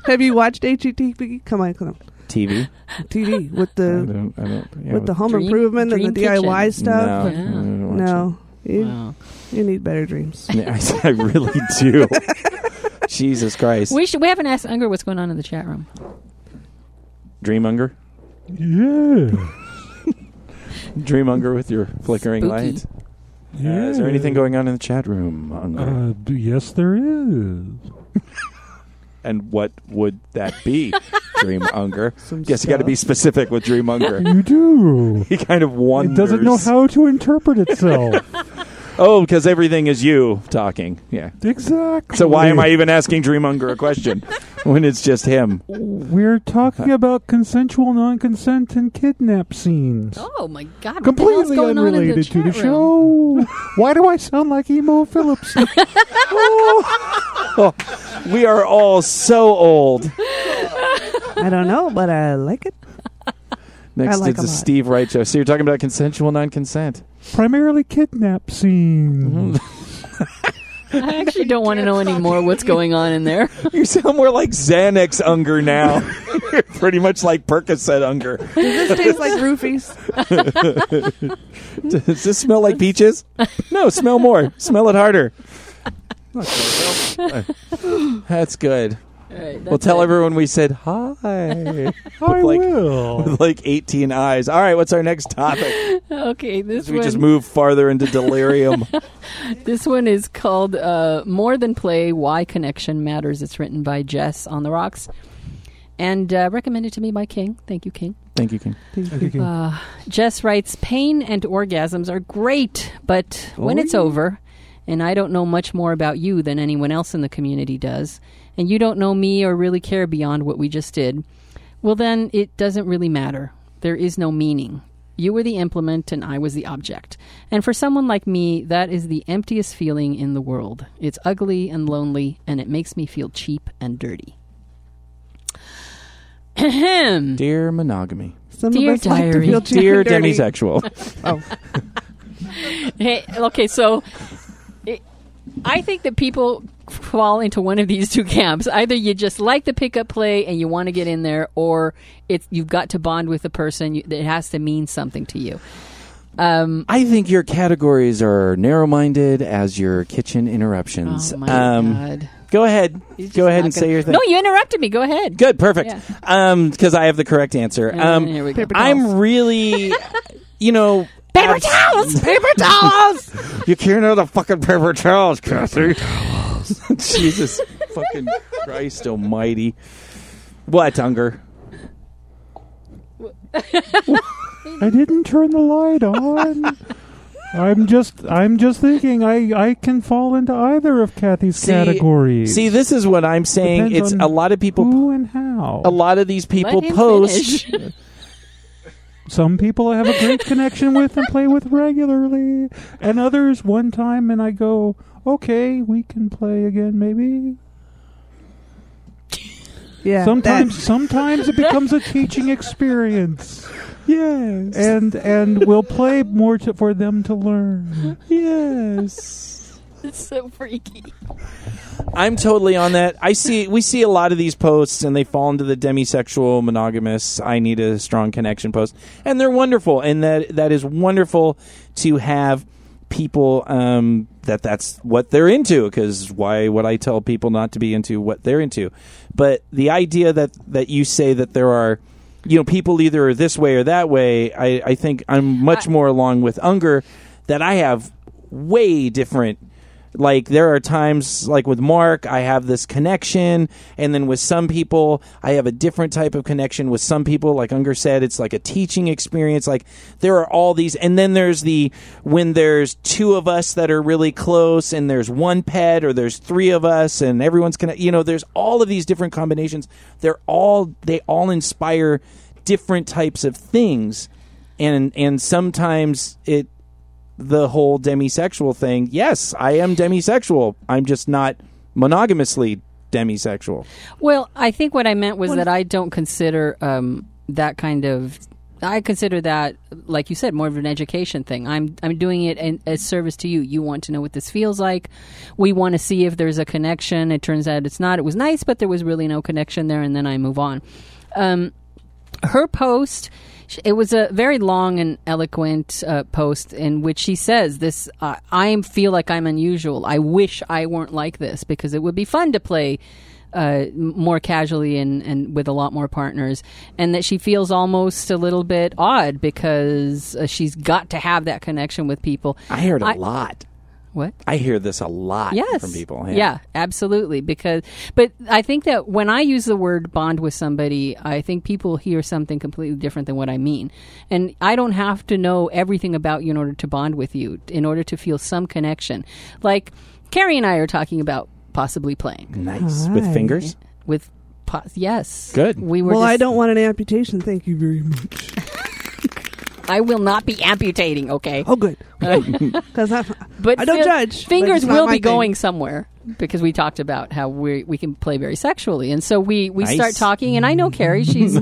Speaker 7: have you watched HETV? Come on, come on.
Speaker 1: TV?
Speaker 7: TV with
Speaker 1: I
Speaker 7: the
Speaker 1: don't, I don't, yeah,
Speaker 7: Uh, with the home
Speaker 2: Dream-
Speaker 7: improvement and
Speaker 2: dream
Speaker 7: the DIY stuff.
Speaker 1: No.
Speaker 2: Yeah.
Speaker 1: I don't watch
Speaker 7: No. You,
Speaker 2: Wow.
Speaker 7: you need better dreams.
Speaker 1: it. Yeah, I, I really do. Jesus Christ.
Speaker 2: We, should, we haven't asked Unger what's going on in the chat room.
Speaker 1: Dreamhunger?
Speaker 4: Yeah.
Speaker 1: Dreamhunger with your flickering
Speaker 2: Spooky.
Speaker 1: lights. Uh, is there anything going on in the chat room? Unger?
Speaker 4: Uh, b- yes, there is.
Speaker 1: and what would that be, Dreamhunger?
Speaker 7: Some
Speaker 1: Guess you got to
Speaker 7: stuff.
Speaker 1: be specific with Dreamhunger.
Speaker 4: You do.
Speaker 1: he kind of
Speaker 4: It
Speaker 1: wonders.
Speaker 4: doesn't know how to interpret itself.
Speaker 1: Oh, because everything is you talking. Yeah.
Speaker 4: exactly.
Speaker 1: So why am I even asking Dreamhunger a question when it's just him?
Speaker 4: We're talking about consensual, non-consent, and kidnap scenes.
Speaker 2: Oh, my God. what the hell's
Speaker 4: Completely
Speaker 2: going on in the
Speaker 4: unrelated
Speaker 2: chat
Speaker 4: to the
Speaker 2: room?
Speaker 4: show. why do I sound like Emo Phillips?
Speaker 1: We are all so old.
Speaker 7: I don't know, but I like it.
Speaker 1: Next
Speaker 7: like
Speaker 1: is
Speaker 7: a
Speaker 1: the
Speaker 7: lot.
Speaker 1: Steve Wright show. So you're talking about consensual non-consent.
Speaker 4: Primarily kidnap scenes.
Speaker 2: I actually don't want to know anymore what's going on in there.
Speaker 1: You sound more like Xanax Unger now. you're pretty much like Percocet Unger.
Speaker 7: This tastes like roofies.
Speaker 1: Does this smell like peaches? No, smell more. smell it harder. That's good.
Speaker 2: All right,
Speaker 1: We'll
Speaker 2: that's
Speaker 1: tell
Speaker 2: it.
Speaker 1: everyone we said hi.
Speaker 4: I
Speaker 1: Mm-hmm. like-
Speaker 4: will.
Speaker 1: With like 18 eyes. All right, what's our next topic?
Speaker 2: Okay, this
Speaker 1: We
Speaker 2: one,
Speaker 1: just move farther into delirium.
Speaker 2: this one is called uh, More Than Play Why Connection Matters. It's written by Jess on the Rocks and uh, recommended to me by King. Thank you, King.
Speaker 1: Thank you, King.
Speaker 2: Uh, Jess writes Pain and orgasms are great, but when
Speaker 1: Oh,
Speaker 2: it's
Speaker 1: yeah.
Speaker 2: over, and I don't know much more about you than anyone else in the community does, and you don't know me or really care beyond what we just did, well, then it doesn't really matter. There is no meaning. You were the implement and I was the object. And for someone like me, that is the emptiest feeling in the world. It's ugly and lonely, and it makes me feel cheap and dirty. Ahem.
Speaker 1: Dear monogamy.
Speaker 7: Some
Speaker 2: Dear
Speaker 7: of us like to
Speaker 2: diary.
Speaker 7: feel cheap
Speaker 1: Dear
Speaker 7: and dirty.
Speaker 1: demisexual.
Speaker 2: Hey, okay, so it, I think that people fall into one of these two camps. Either you just like the pickup play and you want to get in there, or it's you've got to bond with the person. You, it has to mean something to you. Um,
Speaker 1: I think your categories are narrow-minded as your kitchen interruptions.
Speaker 2: oh my
Speaker 1: um,
Speaker 2: god!
Speaker 1: Go ahead.
Speaker 2: He's just
Speaker 1: Go ahead
Speaker 2: not
Speaker 1: and
Speaker 2: gonna-
Speaker 1: say your thing.
Speaker 2: No, you interrupted me. Go ahead.
Speaker 1: Good, perfect.
Speaker 2: Yeah.
Speaker 1: Um, because I have the correct answer.
Speaker 2: Yeah,
Speaker 1: Um,
Speaker 2: Oh, here we go. Paper
Speaker 1: I'm really, you know,
Speaker 2: Paper
Speaker 1: abs-
Speaker 2: towels. Paper towels.
Speaker 1: You can't know the fucking paper towels, Cassie. Jesus fucking Christ Almighty! What, Unger?
Speaker 4: I didn't turn the light on. I'm just I'm just thinking I, I can fall into either of Kathy's
Speaker 1: See-
Speaker 4: categories.
Speaker 1: See, this is what I'm saying.
Speaker 4: Depends
Speaker 1: it's
Speaker 4: on
Speaker 1: a lot of people.
Speaker 4: who and how.
Speaker 1: a lot of these people
Speaker 2: Let him
Speaker 1: post.
Speaker 2: finish.
Speaker 4: Some people I have a great connection with and play with regularly, and others one time and I go, okay, we can play again maybe.
Speaker 7: Yeah.
Speaker 4: Sometimes sometimes it becomes a teaching experience,
Speaker 1: Yes.
Speaker 4: and and we'll play more to, for them to learn.
Speaker 1: yes.
Speaker 2: it's so freaky.
Speaker 1: I'm totally on that. I see we see a lot of these posts and they fall into the demisexual monogamous I need a strong connection post. And they're wonderful and that that is wonderful to have people um that that's what they're into cuz why would I tell people not to be into what they're into? But the idea that that you say that there are you know people either are this way or that way, I I think I'm much more along with Unger that I have way different like there are times like with mark i have this connection and then with some people i have a different type of connection with some people like unger said it's like a teaching experience like there are all these and then there's the when there's two of us that are really close and there's one pet or there's three of us and everyone's gonna you know there's all of these different combinations they're all they all inspire different types of things and and sometimes it the whole demisexual thing. Yes, I am demisexual. I'm just not monogamously demisexual.
Speaker 2: Well, I think what I meant was that I don't consider um, that kind of. I consider that, like you said, more of an education thing. I'm I'm doing it in, as service to you. You want to know what this feels like. We want to see if there's a connection. It turns out it's not. It was nice, but there was really no connection there, and then I move on. Um, her post sh- it was a very long and eloquent uh, post in which she says this uh, i feel like i'm unusual i wish i weren't like this because it would be fun to play uh, m- more casually and, and with a lot more partners, and that she feels almost a little bit odd because uh, she's got to have that connection with people.
Speaker 1: I heard a
Speaker 2: I-
Speaker 1: lot.
Speaker 2: What?
Speaker 1: I hear this a lot
Speaker 2: yes.
Speaker 1: from people.
Speaker 2: Yeah. absolutely. Because, but I think that when I use the word bond with somebody, I think people hear something completely different than what I mean. And I don't have to know everything about you in order to bond with you, in order to feel some connection. Like Carrie and I are talking about possibly playing
Speaker 1: Nice. With fingers?
Speaker 2: with. po- Yes.
Speaker 1: Good.
Speaker 2: We were.
Speaker 7: well, I
Speaker 2: just-
Speaker 7: don't want an amputation. Thank you very much.
Speaker 2: I will not be amputating. Okay.
Speaker 7: Oh, good. Because I
Speaker 2: But
Speaker 7: I don't
Speaker 2: fi-
Speaker 7: judge, but
Speaker 2: Fingers
Speaker 7: it's not
Speaker 2: will
Speaker 7: my
Speaker 2: be
Speaker 7: thing.
Speaker 2: going somewhere because we talked about how we we can play very sexually, and so we we
Speaker 1: Nice. Mm.
Speaker 2: start talking. And I know Carrie; she's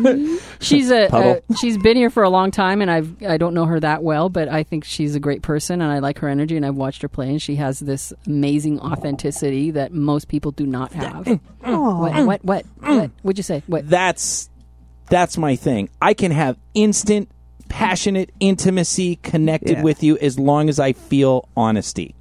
Speaker 2: she's a,
Speaker 1: Puddle.
Speaker 2: a- she's been here for a long time, and I've I don't know her that well, but I think she's a great person, and I like her energy, and I've watched her play, and she has this amazing authenticity that most people do not have.
Speaker 7: Oh.
Speaker 2: what what what what would you say? What
Speaker 1: That's that's my thing. I can have instant passionate intimacy connected
Speaker 7: Yeah.
Speaker 1: with you as long as I feel honesty.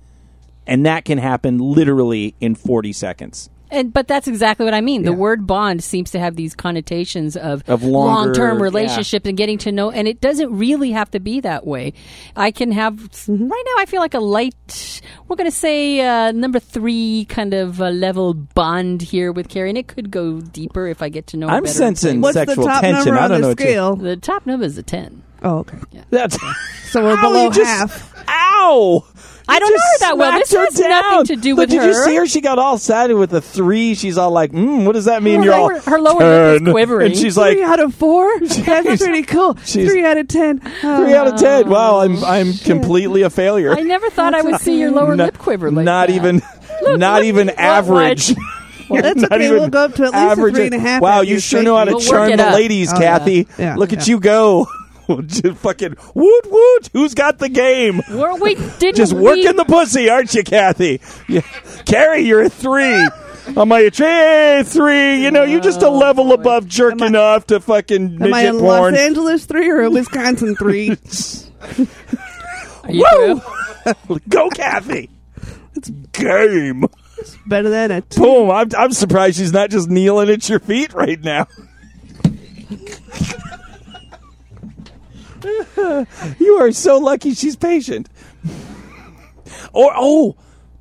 Speaker 1: And that can happen literally in 40 seconds.
Speaker 2: And but that's exactly what I mean. The
Speaker 7: Yeah.
Speaker 2: word bond seems to have these connotations of,
Speaker 1: Of longer-
Speaker 2: long term
Speaker 1: yeah.
Speaker 2: relationship and getting to know and it doesn't really have to be that way. I can have
Speaker 1: Mm-hmm.
Speaker 2: right now I feel like a light we're going to say uh, number 3 kind of uh, level bond here with Carrie and it could go deeper if I get to know her
Speaker 1: I'm
Speaker 2: better.
Speaker 1: sensing
Speaker 7: What's
Speaker 1: sexual
Speaker 7: the top
Speaker 1: tension.
Speaker 7: number
Speaker 1: I
Speaker 7: on
Speaker 1: don't know
Speaker 7: the
Speaker 1: what you-
Speaker 7: scale?
Speaker 2: the top number is a 10.
Speaker 7: Oh, okay.
Speaker 1: That's
Speaker 7: So we're
Speaker 1: Ow,
Speaker 7: below
Speaker 1: you just-
Speaker 7: half.
Speaker 1: Ow!
Speaker 2: I don't know her that well. This
Speaker 1: smacked
Speaker 2: has
Speaker 1: her
Speaker 2: nothing
Speaker 1: down.
Speaker 2: to do
Speaker 1: Look,
Speaker 2: with
Speaker 1: did
Speaker 2: her.
Speaker 1: you see her? She got all sad with a three. She's all like, mm, "What does that mean?"
Speaker 2: Her
Speaker 1: You're
Speaker 2: lower-
Speaker 1: all
Speaker 2: her lower lip is
Speaker 1: 10.
Speaker 2: quivering.
Speaker 1: and she's like,
Speaker 7: three out of four. That's pretty cool.
Speaker 1: She's-
Speaker 7: Three out of ten. Uh,
Speaker 1: three out of ten. Wow, I'm I'm completely a failure.
Speaker 2: Oh, I never thought I would see your lower
Speaker 1: No-
Speaker 2: lip quiver like
Speaker 1: not
Speaker 2: that.
Speaker 1: even, not
Speaker 2: look,
Speaker 1: even
Speaker 2: look,
Speaker 1: average.
Speaker 7: Well, that's
Speaker 1: Not
Speaker 7: okay.
Speaker 1: even
Speaker 7: We'll go up to at least a
Speaker 1: average.
Speaker 7: three and a half
Speaker 1: Wow,
Speaker 7: after
Speaker 1: you
Speaker 7: you
Speaker 1: sure
Speaker 7: shake
Speaker 1: know how
Speaker 7: me.
Speaker 1: to
Speaker 2: We'll work
Speaker 1: charm
Speaker 2: it
Speaker 1: the
Speaker 2: up.
Speaker 1: ladies,
Speaker 7: Oh, yeah.
Speaker 1: Kathy.
Speaker 7: Yeah,
Speaker 1: Look at
Speaker 7: yeah.
Speaker 1: you go. Just fucking woot woot. Who's got the game?
Speaker 2: Were we didn't
Speaker 1: Just
Speaker 2: we,
Speaker 1: working the pussy, aren't you, Kathy? Yeah. Carrie, you're a three. I'm like, hey, three. You know, you're just a
Speaker 7: Oh,
Speaker 1: level above jerking off to fucking
Speaker 7: Am I
Speaker 1: midget
Speaker 7: in
Speaker 1: porn.
Speaker 7: Los Angeles three or a Wisconsin three?
Speaker 2: Are you through?
Speaker 1: Go, Kathy. It's game.
Speaker 7: Better than a t-
Speaker 1: Boom. I'm, I'm surprised she's not just kneeling at your feet right now. you are so lucky she's patient. Or, oh,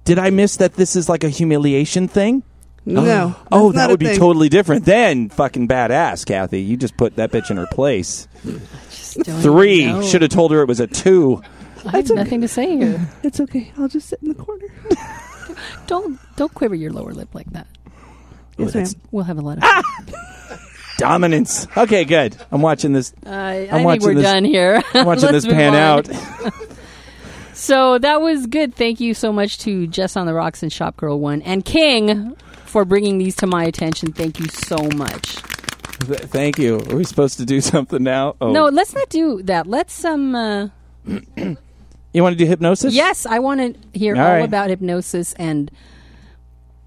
Speaker 1: did I miss that this is like a humiliation thing?
Speaker 7: no. that's
Speaker 1: Oh,
Speaker 7: not
Speaker 1: that
Speaker 7: a
Speaker 1: would be
Speaker 7: thing.
Speaker 1: totally different. Then, fucking badass, Kathy. You just put that bitch in her place.
Speaker 2: Don't
Speaker 1: Three.
Speaker 2: know.
Speaker 1: Should have told her it was a two.
Speaker 2: I have nothing to say here.
Speaker 7: It's okay. I'll just sit in the corner.
Speaker 2: Don't don't quiver your lower lip like that.
Speaker 7: yes, ma'am.
Speaker 2: We'll have a lot of.
Speaker 1: Dominance. Okay, good. I'm watching this.
Speaker 2: Uh, I
Speaker 1: I'm
Speaker 2: think
Speaker 1: watching
Speaker 2: we're
Speaker 1: this-
Speaker 2: done here.
Speaker 1: I'm watching
Speaker 2: Let's
Speaker 1: this pan
Speaker 2: move on.
Speaker 1: out.
Speaker 2: So that was good. Thank you so much to Jess on the Rocks and Shop Girl One and King for bringing these to my attention. Thank you so much.
Speaker 1: Th- thank you. Are we supposed to do something now? Oh,
Speaker 2: No, let's not do that. Let's um. Uh,
Speaker 1: You want to do hypnosis?
Speaker 2: yes, I want to hear all,
Speaker 1: All right.
Speaker 2: about hypnosis and.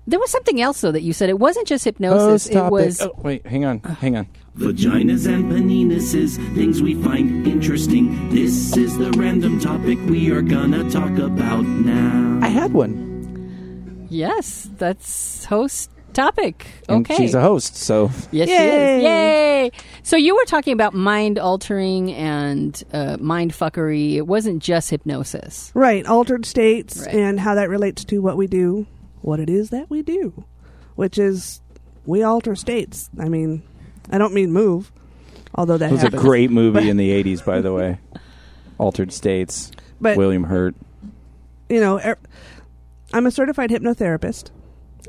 Speaker 2: There was something else though that you said. It wasn't just hypnosis.
Speaker 1: Oh, stop
Speaker 2: it was
Speaker 1: Oh, wait, hang on, hang on.
Speaker 6: Vaginas and penises, things we find interesting. This is the random topic we are gonna talk about now.
Speaker 1: I had one.
Speaker 2: yes. That's host topic.
Speaker 1: And
Speaker 2: Okay.
Speaker 1: she's a host, so
Speaker 2: Yes, she is. Yay! So you were talking about mind altering and uh, mind fuckery. It wasn't just hypnosis.
Speaker 7: Right, altered states
Speaker 2: Right.
Speaker 7: and how that relates to what we do, what it is that we do, which is we alter states. I mean, I don't mean move, although that
Speaker 1: it was a
Speaker 7: happens.
Speaker 1: great movie in the '80s, by the way. Altered States,
Speaker 7: but
Speaker 1: William Hurt.
Speaker 7: you know, er, I'm a certified hypnotherapist,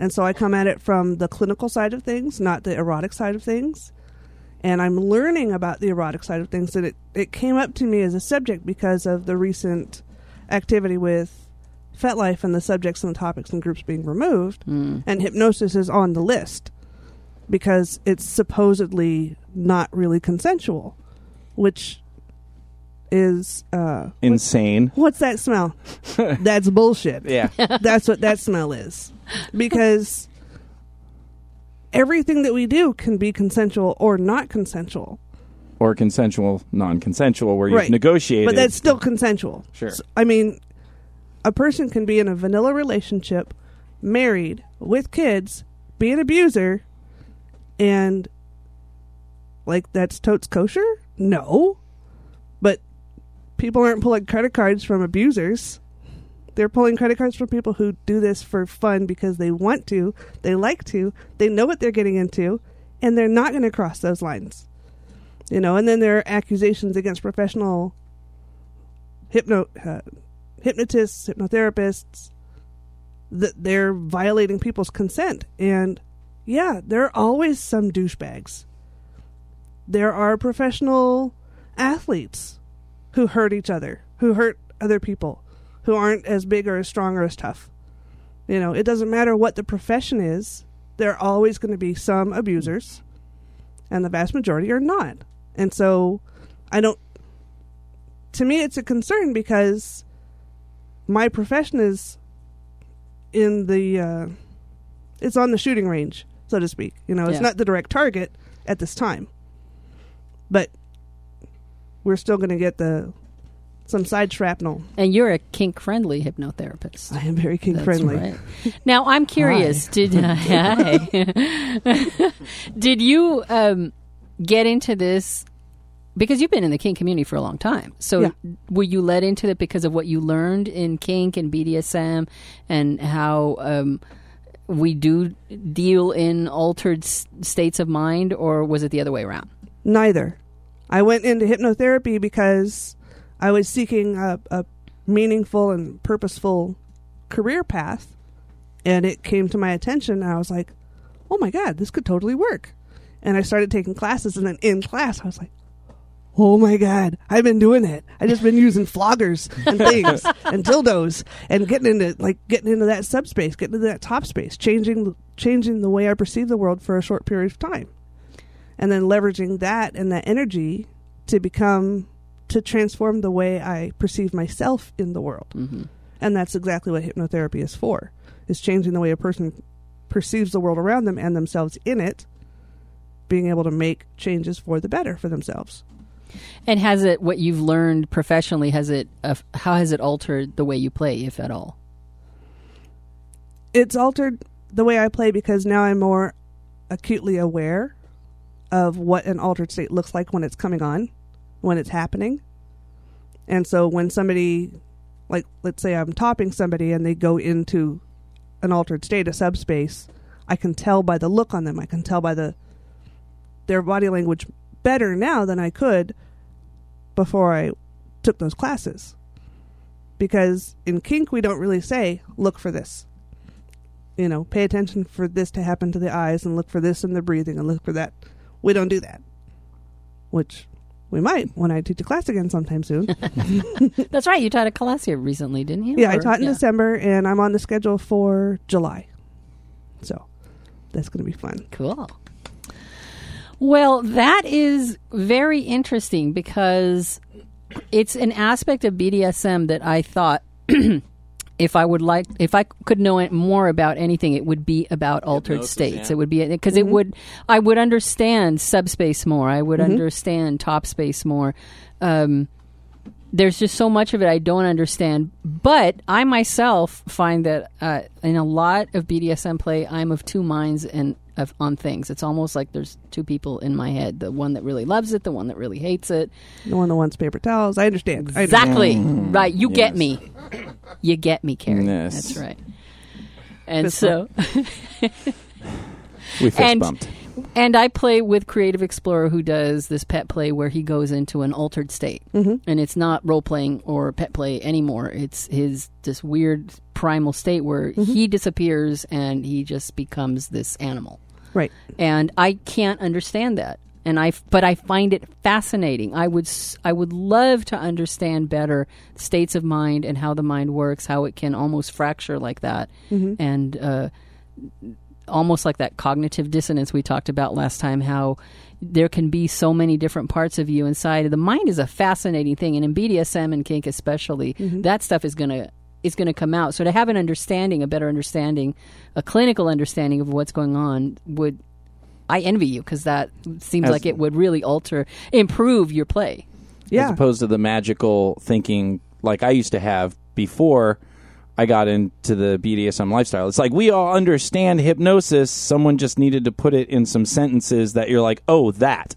Speaker 7: and so I come at it from the clinical side of things, not the erotic side of things. And I'm learning about the erotic side of things, and it, it came up to me as a subject because of the recent activity with FetLife and the subjects and the topics and groups being removed, and hypnosis is on the list because it's supposedly not really consensual, which is uh,
Speaker 1: Insane.
Speaker 7: what's that smell? That's bullshit.
Speaker 1: Yeah.
Speaker 7: That's what that smell is. Because everything that we do can be consensual or not consensual.
Speaker 1: or consensual, non-consensual, where you've
Speaker 7: Right.
Speaker 1: negotiated.
Speaker 7: But that's still consensual.
Speaker 1: Sure.
Speaker 7: I mean, a person can be in a vanilla relationship, married, with kids, be an abuser, and like that's totes kosher? No. But people aren't pulling credit cards from abusers. They're pulling credit cards from people who do this for fun because they want to, they like to, they know what they're getting into, and they're not going to cross those lines. You know, and then there are accusations against professional hypno uh, hypnotists, hypnotherapists that they're violating people's consent. And yeah, there are always some douchebags. There are professional athletes who hurt each other, who hurt other people, who aren't as big or as strong or as tough. You know, it doesn't matter what the profession is, there are always going to be some abusers, and the vast majority are not. And so I don't to me it's a concern because my profession is in the uh, it's on the shooting range so to speak you know it's
Speaker 2: Yeah.
Speaker 7: not the direct target at this time but we're still going to get the some side shrapnel
Speaker 2: And you're a kink friendly hypnotherapist.
Speaker 7: i am very king
Speaker 2: That's
Speaker 7: friendly
Speaker 2: right. Now I'm curious. Did hi. did you um, get into this because you've been in the kink community for a long time? So
Speaker 7: Yeah.
Speaker 2: were you led into it because of what you learned in kink and BDSM and how um, we do deal in altered s- states of mind, or was it the other way around?
Speaker 7: Neither. I went into hypnotherapy because I was seeking a, a meaningful and purposeful career path, and it came to my attention, and I was like, "Oh my god, this could totally work." And I started taking classes, and then in class, I was like, "Oh my god, I've been doing it. I just been using floggers and things and dildos and getting into like getting into that subspace, getting into that top space, changing changing the way I perceive the world for a short period of time." and then leveraging that and that energy to become to transform the way I perceive myself in the world. Mm-hmm. And that's exactly what hypnotherapy is for: is changing the way a person perceives the world around them and themselves in it, being able to make changes for the better for themselves.
Speaker 2: And has it what you've learned professionally? Has it uh, how has it altered the way you play, if at all?
Speaker 7: it's altered the way I play because now I'm more acutely aware of what an altered state looks like when it's coming on, when it's happening. And so when somebody like let's say I'm topping somebody and they go into an altered state, a subspace, I can tell by the look on them, I can tell by the their body language better now than I could before I took those classes. Because in kink we don't really say look for this you know, pay attention for this to happen to the eyes and look for this in the breathing and look for that. We don't do that. Which we might when I teach a class again sometime soon.
Speaker 2: That's right. You taught a Calasia recently, didn't you?
Speaker 7: yeah, I
Speaker 2: Or-
Speaker 7: taught in
Speaker 2: yeah.
Speaker 7: December and I'm on the schedule for July. So that's going to be fun.
Speaker 2: Cool. Well, that is very interesting because it's an aspect of BDSM that I thought if I would like if I could know it more about anything it would be about altered states. It would be because
Speaker 7: Mm-hmm.
Speaker 2: it would I would understand subspace more. I would understand top space more. Um there's just so much of it I don't understand. But I myself find that uh, in a lot of BDSM play, I'm of two minds and of, on things. It's almost like there's two people in my head: the one that really loves it, the one that really hates it.
Speaker 7: The one that wants paper towels. I understand. I understand.
Speaker 2: Exactly right. You get me. You get me, Carrie.
Speaker 1: Yes.
Speaker 2: That's right. And
Speaker 7: Fist
Speaker 2: so,
Speaker 1: We fist
Speaker 2: And-
Speaker 1: bumped.
Speaker 2: and I play with Creative Explorer, who does this pet play where he goes into an altered state, and it's not role playing or pet play anymore. It's his this weird primal state where he disappears and he just becomes this animal.
Speaker 7: Right.
Speaker 2: and I can't understand that. And I, f- but I find it fascinating. I would, s- I would love to understand better states of mind and how the mind works, how it can almost fracture like that, and uh, almost like that cognitive dissonance we talked about last time. How there can be so many different parts of you inside. The mind is a fascinating thing, and in BDSM and kink especially, that stuff is gonna is going to come out. So to have an understanding, a better understanding, a clinical understanding of what's going on would I envy you because that seems
Speaker 1: As-
Speaker 2: like it would really alter, improve your play.
Speaker 1: as
Speaker 7: Yeah.
Speaker 1: opposed to the magical thinking like I used to have before I got into the BDSM lifestyle. It's like we all understand hypnosis. Someone just needed to put it in some sentences that you're like, oh, that,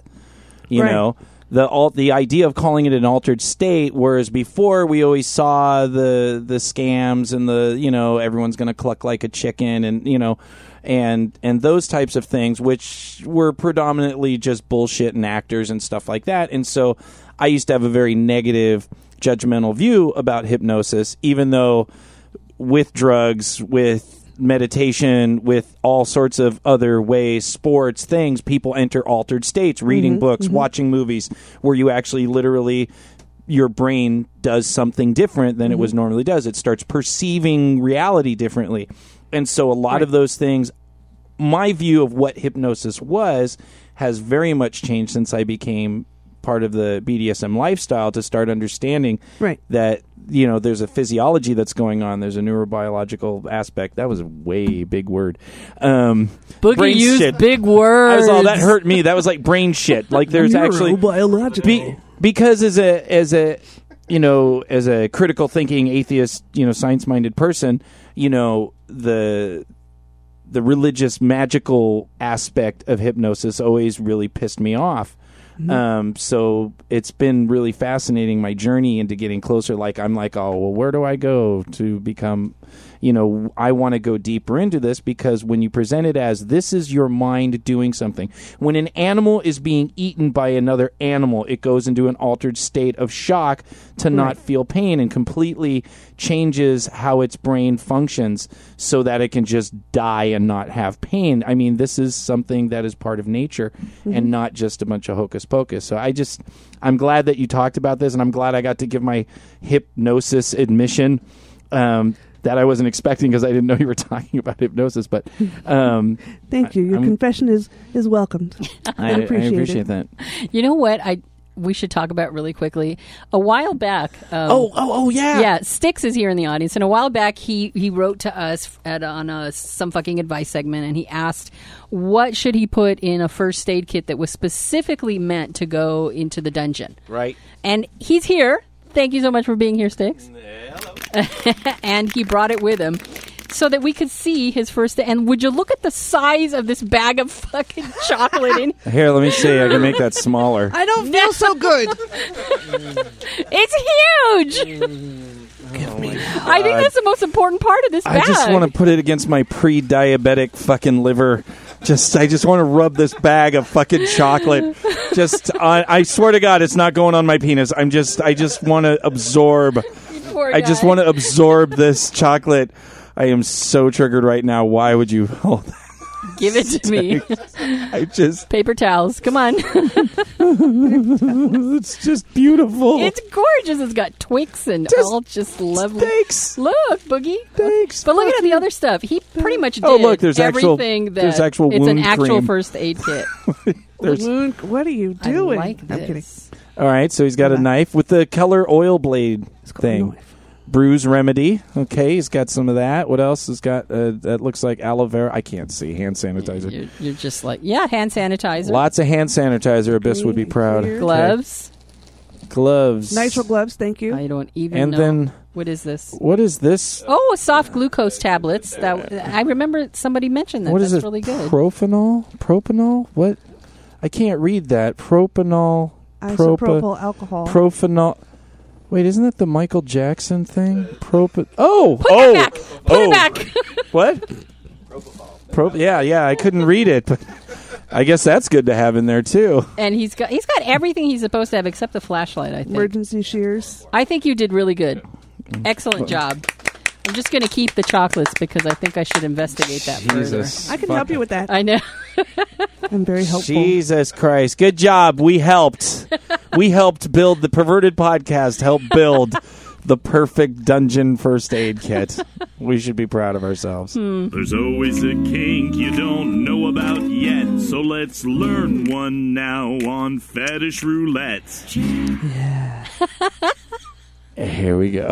Speaker 1: you
Speaker 7: Right.
Speaker 1: know. The all the idea of calling it an altered state, whereas before we always saw the the scams and the you know everyone's going to cluck like a chicken and you know and and those types of things, which were predominantly just bullshit and actors and stuff like that. And so I used to have a very negative, judgmental view about hypnosis, even though with drugs, with meditation, with all sorts of other ways, sports, things, people enter altered states, reading books, watching movies, where you actually literally your brain does something different than it
Speaker 2: Mm-hmm.
Speaker 1: was normally does. It starts perceiving reality differently. And so a lot of those things my view of what hypnosis was has very much changed since I became part of the BDSM lifestyle to start understanding
Speaker 7: Right.
Speaker 1: that you know there's a physiology that's going on there's a neurobiological aspect that was a way big word um
Speaker 2: Boogie
Speaker 1: brain
Speaker 2: used
Speaker 1: shit
Speaker 2: big
Speaker 1: I
Speaker 2: words.
Speaker 1: was all that hurt me that was like brain shit like there's actually
Speaker 7: biological.
Speaker 1: be, because as a as a you know as a critical thinking atheist you know science minded person you know the the religious magical aspect of hypnosis always really pissed me off
Speaker 7: Mm-hmm.
Speaker 1: um, so it's been really fascinating my journey into getting closer like i'm like oh well where do i go to become you know i want to go deeper into this because when you present it as this is your mind doing something when an animal is being eaten by another animal it goes into an altered state of shock to not feel pain and completely changes how its brain functions so that it can just die and not have pain. I mean, this is something that is part of nature and not just a bunch of hocus pocus. So I just, I'm glad that you talked about this and I'm glad I got to give my hypnosis admission. Um, that I wasn't expecting because I didn't know you were talking about hypnosis, but um,
Speaker 7: Thank you. Your
Speaker 1: I'm-
Speaker 7: confession is is welcomed.
Speaker 1: I,
Speaker 7: appreciate it.
Speaker 1: that.
Speaker 2: You know what? I we should talk about really quickly. A while back, um,
Speaker 1: Oh, oh, oh, yeah.
Speaker 2: yeah, Styx is here in the audience. And a while back, he he wrote to us at on a some fucking advice segment, and he asked what should he put in a first aid kit that was specifically meant to go into the dungeon.
Speaker 1: Right.
Speaker 2: And he's here. Thank you so much for being here, Styx. and he brought it with him. So that we could see his first, and would you look at the size of this bag of fucking chocolate in
Speaker 1: Here, let me see. I can make that smaller.
Speaker 7: I don't feel so good.
Speaker 2: It's huge. I think that's the most important part of this
Speaker 1: I
Speaker 2: bag.
Speaker 1: just want to put it against my pre-diabetic fucking liver. Just, I just want to rub this bag of fucking chocolate. Just, I, I swear to God, it's not going on my penis. I'm just, I just want to absorb. I just want to absorb this chocolate. I am so triggered right now. Why would you hold that?
Speaker 2: to give it to me.
Speaker 1: I just,
Speaker 2: Paper towels. Come on.
Speaker 1: it's just beautiful.
Speaker 2: it's gorgeous. It's got Twix and
Speaker 1: Just
Speaker 2: all just lovely.
Speaker 1: Thanks.
Speaker 2: Look, Boogie.
Speaker 1: Thanks.
Speaker 2: But look at all the other stuff. He pretty much did
Speaker 1: Oh, look, there's actual-
Speaker 2: everything that
Speaker 1: there's actual
Speaker 2: it's an
Speaker 1: wound
Speaker 2: actual
Speaker 1: cream.
Speaker 2: first aid kit.
Speaker 1: There's-
Speaker 7: Loon, what are you
Speaker 2: I
Speaker 7: doing?
Speaker 2: like
Speaker 7: I'm kidding.
Speaker 2: this.
Speaker 1: All right, so he's got a knife with the color oil blade thing.
Speaker 7: knife.
Speaker 1: Bruise remedy. Okay, he's got some of that. What else has got? Uh, that looks like aloe vera. I can't see hand sanitizer.
Speaker 2: You're, you're just like, yeah, hand sanitizer,
Speaker 1: Lots of hand sanitizer. Abyss would be proud.
Speaker 7: Clear.
Speaker 2: gloves.
Speaker 1: Okay. gloves,
Speaker 7: Nitrile gloves, thank you.
Speaker 2: I don't even
Speaker 1: and
Speaker 2: know.
Speaker 1: then
Speaker 2: what is this?
Speaker 1: what is this?
Speaker 2: Oh, soft glucose tablets. That I remember somebody mentioned that.
Speaker 1: what
Speaker 2: That's
Speaker 1: is it?
Speaker 2: really good.
Speaker 1: Propanol. Propanol. What? I can't read that. Propanol. Propa-
Speaker 7: Isopropyl alcohol.
Speaker 1: Propanol. Wait, isn't that the Michael Jackson thing? Propa. Oh,
Speaker 2: Put
Speaker 1: oh,
Speaker 2: it back. Put
Speaker 1: oh.
Speaker 2: it back.
Speaker 1: What? Pro- yeah, yeah. I couldn't read it, but I guess that's good to have in there too.
Speaker 2: and he's got he's got everything he's supposed to have except the flashlight. I think.
Speaker 7: Emergency shears.
Speaker 2: I think you did really good. Excellent job. I'm just going to keep the chocolates because I think I should investigate that
Speaker 7: I can help you with that.
Speaker 2: further. I know.
Speaker 7: I'm very helpful.
Speaker 1: Jesus Christ! Good job. We helped. we helped build the perverted podcast. Helped build the perfect dungeon first aid kit. We should be proud of ourselves.
Speaker 2: Hmm.
Speaker 5: There's always a kink you don't know about yet, so let's learn one now on Fetish Roulette.
Speaker 1: Here we go.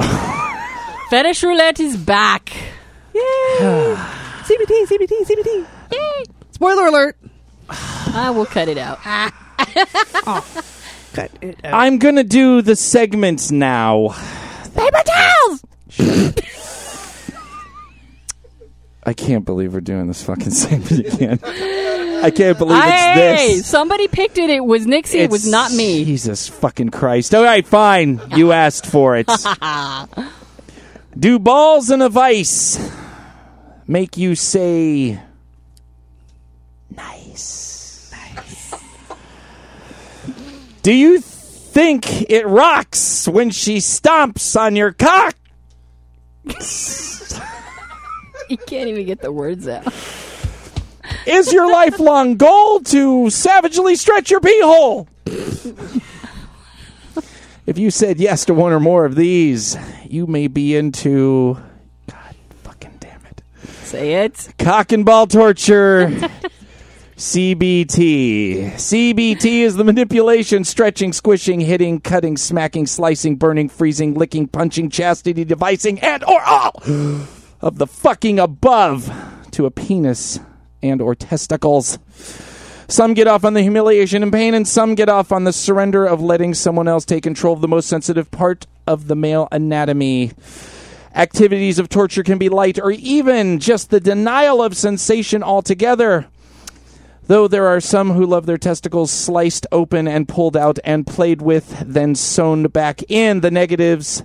Speaker 2: Fetish roulette is back.
Speaker 7: CBT, CBT, CBT. Yay! Spoiler alert.
Speaker 2: I will cut it out.
Speaker 7: Cut it out.
Speaker 1: I'm gonna do the segments now.
Speaker 2: Paper towels.
Speaker 1: I can't believe we're doing this fucking segment again. I can't believe it's
Speaker 2: Hey,
Speaker 1: this.
Speaker 2: somebody picked it. It was Nixie. It was
Speaker 1: It's-
Speaker 2: not me.
Speaker 1: Jesus fucking Christ. All right, fine. You asked for it. Do balls in a vice make you say nice? Do you think it rocks when she stomps on your cock?
Speaker 2: You can't even get the words out.
Speaker 1: Is your lifelong goal to savagely stretch your pee hole? if you said yes to one or more of these, you may be into God fucking damn it.
Speaker 2: Say it.
Speaker 1: Cock and ball torture. CBT. CBT is the manipulation, stretching, squishing, hitting, cutting, smacking, slicing, burning, freezing, licking, punching, chastity, devising, and or all of the fucking above to a penis and or testicles. Some get off on the humiliation and pain, and some get off on the surrender of letting someone else take control of the most sensitive part of the male anatomy. Activities of torture can be light or even just the denial of sensation altogether. Though there are some who love their testicles sliced open and pulled out and played with, then sewn back in, the negatives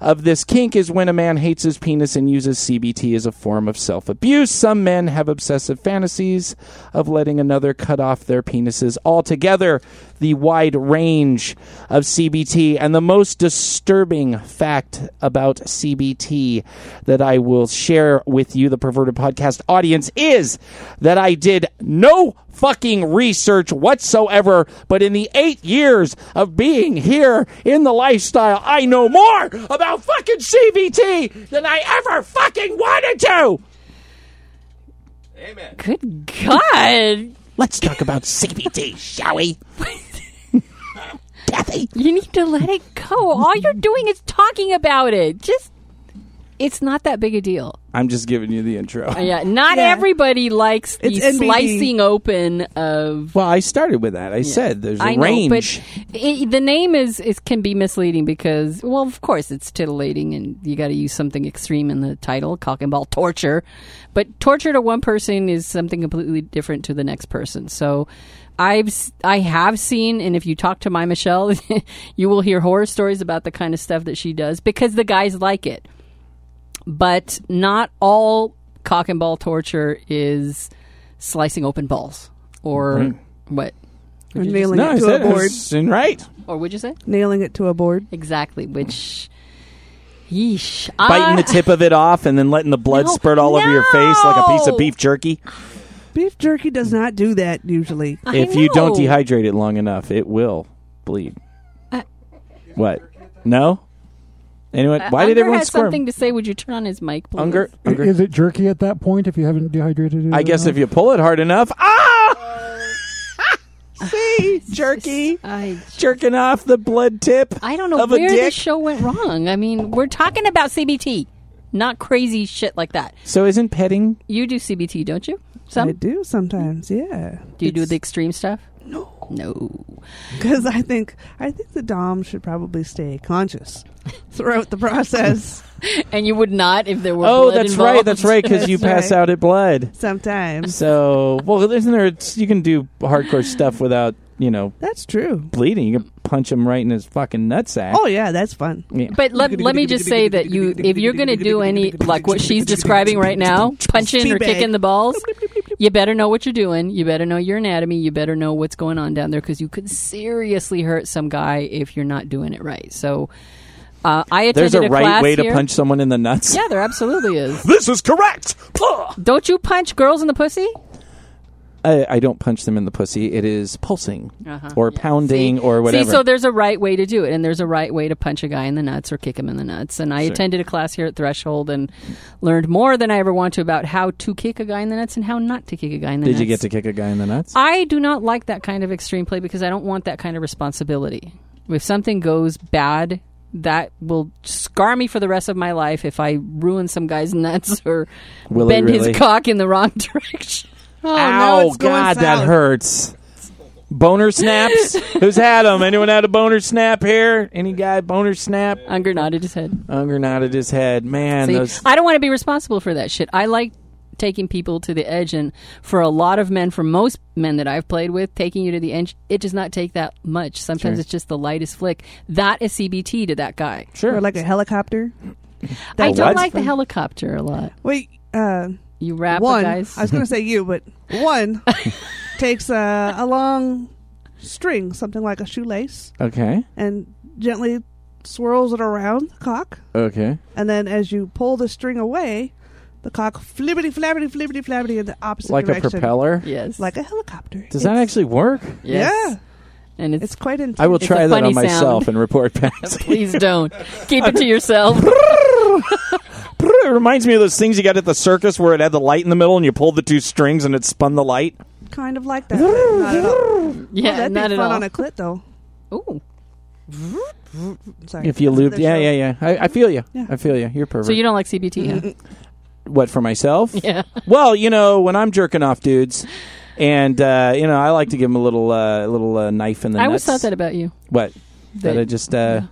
Speaker 1: of this kink is when a man hates his penis and uses CBT as a form of self abuse. Some men have obsessive fantasies of letting another cut off their penises altogether. The wide range of CBT and the most disturbing fact about CBT that I will share with you, the perverted podcast audience, is that I did no fucking research whatsoever, but in the eight years of being here in the lifestyle, I know more about fucking CBT than I ever fucking wanted to.
Speaker 2: Good God.
Speaker 1: Let's talk about CBT, shall we? happy.
Speaker 2: You need to let it go. All you're doing is talking about it. Just, it's not that big a deal.
Speaker 1: I'm just giving you the intro.
Speaker 2: Uh, yeah, not
Speaker 7: Yeah.
Speaker 2: everybody likes the
Speaker 7: It's NBD.
Speaker 2: slicing open of.
Speaker 1: Well, I started with that. I said there's a
Speaker 2: I know,
Speaker 1: range.
Speaker 2: but it, the name is, is can be misleading because, well, of course, it's titillating, and you got to use something extreme in the title, cock and ball torture. But torture to one person is something completely different to the next person. So, I've s- I have seen, and if you talk to my Michelle, you will hear horror stories about the kind of stuff that she does because the guys like it but not all cock and ball torture is slicing open balls or what
Speaker 7: Or
Speaker 2: would you
Speaker 7: nailing
Speaker 1: no, I
Speaker 7: it to a
Speaker 1: said
Speaker 7: board.
Speaker 1: it's in right.
Speaker 2: just- or would you say
Speaker 7: Nailing it to a board.
Speaker 2: exactly which yeesh Ah,
Speaker 1: Biting the
Speaker 2: I-
Speaker 1: tip of it off and then letting the blood
Speaker 2: Uh, No,
Speaker 1: spurt all over your face like a piece
Speaker 2: no.
Speaker 1: of beef jerky.
Speaker 7: Beef jerky does not do that usually.
Speaker 2: I
Speaker 1: if you don't
Speaker 2: know.
Speaker 1: dehydrate it long enough, it will bleed.
Speaker 2: Uh,
Speaker 1: what? No? Anyone?
Speaker 2: Uh,
Speaker 1: Why did
Speaker 2: Unger
Speaker 1: everyone
Speaker 2: has
Speaker 1: squirm?
Speaker 2: something to say would you turn on his mic please?
Speaker 1: Unger?
Speaker 4: I-
Speaker 1: Unger?
Speaker 4: Is it jerky at that point if you haven't dehydrated it?
Speaker 1: I guess if you pull it hard enough. Ah! See? Jerky.
Speaker 2: I,
Speaker 1: Jerking off the blood tip.
Speaker 2: I don't know
Speaker 1: Of a
Speaker 2: where the
Speaker 1: dick?
Speaker 2: show went wrong I mean we're talking about CBT not crazy shit like that
Speaker 1: So isn't petting
Speaker 2: you do CBT don't you
Speaker 7: I
Speaker 2: some
Speaker 7: do sometimes, yeah.
Speaker 2: do you do the extreme stuff no no
Speaker 7: Because I think I think the dom should probably stay conscious throughout the process.
Speaker 2: And you would not if there were.
Speaker 1: Oh,
Speaker 2: blood
Speaker 1: that's
Speaker 2: involved.
Speaker 1: right. That's right. Because you
Speaker 7: That's
Speaker 1: pass
Speaker 7: right.
Speaker 1: out at blood.
Speaker 7: Sometimes
Speaker 1: So, well, isn't there? It's, you can do hardcore stuff without, you know,
Speaker 7: that's true.
Speaker 1: bleeding. You can punch him right in his fucking nutsack.
Speaker 7: Oh yeah, that's fun.
Speaker 1: Yeah.
Speaker 2: But let, let me just say that you, if you're going to do any like what she's describing right now, punching or
Speaker 7: Teabag.
Speaker 2: kicking the balls, you better know what you're doing. You better know your anatomy. You better know what's going on down there because you could seriously hurt some guy if you're not doing it right. So, uh, I attended
Speaker 1: There's a, right
Speaker 2: class
Speaker 1: way
Speaker 2: here.
Speaker 1: to punch someone in the nuts.
Speaker 2: Yeah, there absolutely is.
Speaker 1: This is correct. Puh!
Speaker 2: Don't you punch girls in the pussy?
Speaker 1: I, I don't punch them in the pussy. It is pulsing or pounding
Speaker 2: Uh-huh. See-
Speaker 1: or whatever.
Speaker 2: See, so there's a right way to do it, and there's a right way to punch a guy in the nuts or kick him in the nuts. And I attended a class here at Threshold and learned more than I ever want to about how to kick a guy in the nuts and how not to kick a guy in the
Speaker 1: Did
Speaker 2: nuts.
Speaker 1: you get to kick a guy in the nuts?
Speaker 2: I do not like that kind of extreme play because I don't want that kind of responsibility. If something goes bad, that will scar me for the rest of my life if I ruin some guy's nuts or
Speaker 1: Will it
Speaker 2: bend
Speaker 1: really?
Speaker 2: his cock in the wrong direction.
Speaker 1: Oh,
Speaker 7: now it's going
Speaker 1: God, that
Speaker 7: south.
Speaker 1: hurts. Boner snaps. Who's had them? Anyone had a boner snap here? Any guy boner snap?
Speaker 2: Unger nodded his head.
Speaker 1: Unger nodded his head. Man,
Speaker 2: See,
Speaker 1: those
Speaker 2: I don't want to be responsible for that shit. I like taking people to the edge, and for a lot of men, for most men that I've played with, taking you to the edge, it does not take that much. Sometimes it's just the lightest flick. That is CBT to that guy.
Speaker 7: Or
Speaker 1: sure.
Speaker 7: like a helicopter.
Speaker 2: I don't
Speaker 1: what?
Speaker 2: like the helicopter a lot.
Speaker 7: Wait, uh,
Speaker 2: You rap
Speaker 7: one.
Speaker 2: guys.
Speaker 7: I was going to say you, but one takes a, a long string, something like a shoelace,
Speaker 1: Okay.
Speaker 7: and gently swirls it around the cock.
Speaker 1: Okay.
Speaker 7: And then as you pull the string away, the cock flibbity flabbity flibbity flabbity in the opposite
Speaker 1: Like a
Speaker 7: direction.
Speaker 1: propeller.
Speaker 2: yes.
Speaker 7: Like a helicopter.
Speaker 1: Does that
Speaker 7: It's-
Speaker 1: actually work?
Speaker 2: Yes.
Speaker 7: Yeah.
Speaker 2: And it's,
Speaker 7: It's quite intense.
Speaker 1: I will
Speaker 2: a
Speaker 1: try that
Speaker 2: funny
Speaker 1: on myself
Speaker 2: sound.
Speaker 1: and report back.
Speaker 2: please don't keep it to yourself.
Speaker 1: it reminds me of those things you got at the circus where it had the light in the middle and you pulled the two strings and it spun the light.
Speaker 7: kind of like that. but not at all.
Speaker 2: yeah,
Speaker 7: That'd
Speaker 2: not
Speaker 7: be
Speaker 2: at
Speaker 7: fun
Speaker 2: all.
Speaker 7: on a clit, though.
Speaker 2: Ooh.
Speaker 7: Sorry.
Speaker 1: If you loop,
Speaker 7: Another
Speaker 1: yeah,
Speaker 7: show.
Speaker 1: yeah, yeah. I, I feel you.
Speaker 7: Yeah.
Speaker 1: I feel you. You're perfect.
Speaker 2: So you don't like CBT? Huh?
Speaker 1: what for myself?
Speaker 2: yeah.
Speaker 1: Well, you know, when I'm jerking off dudes, and uh, you know, I like to give them a little, uh, little uh, knife in the.
Speaker 2: I always
Speaker 1: nuts.
Speaker 2: thought that about you.
Speaker 1: What? That,
Speaker 2: That-
Speaker 1: I just, uh,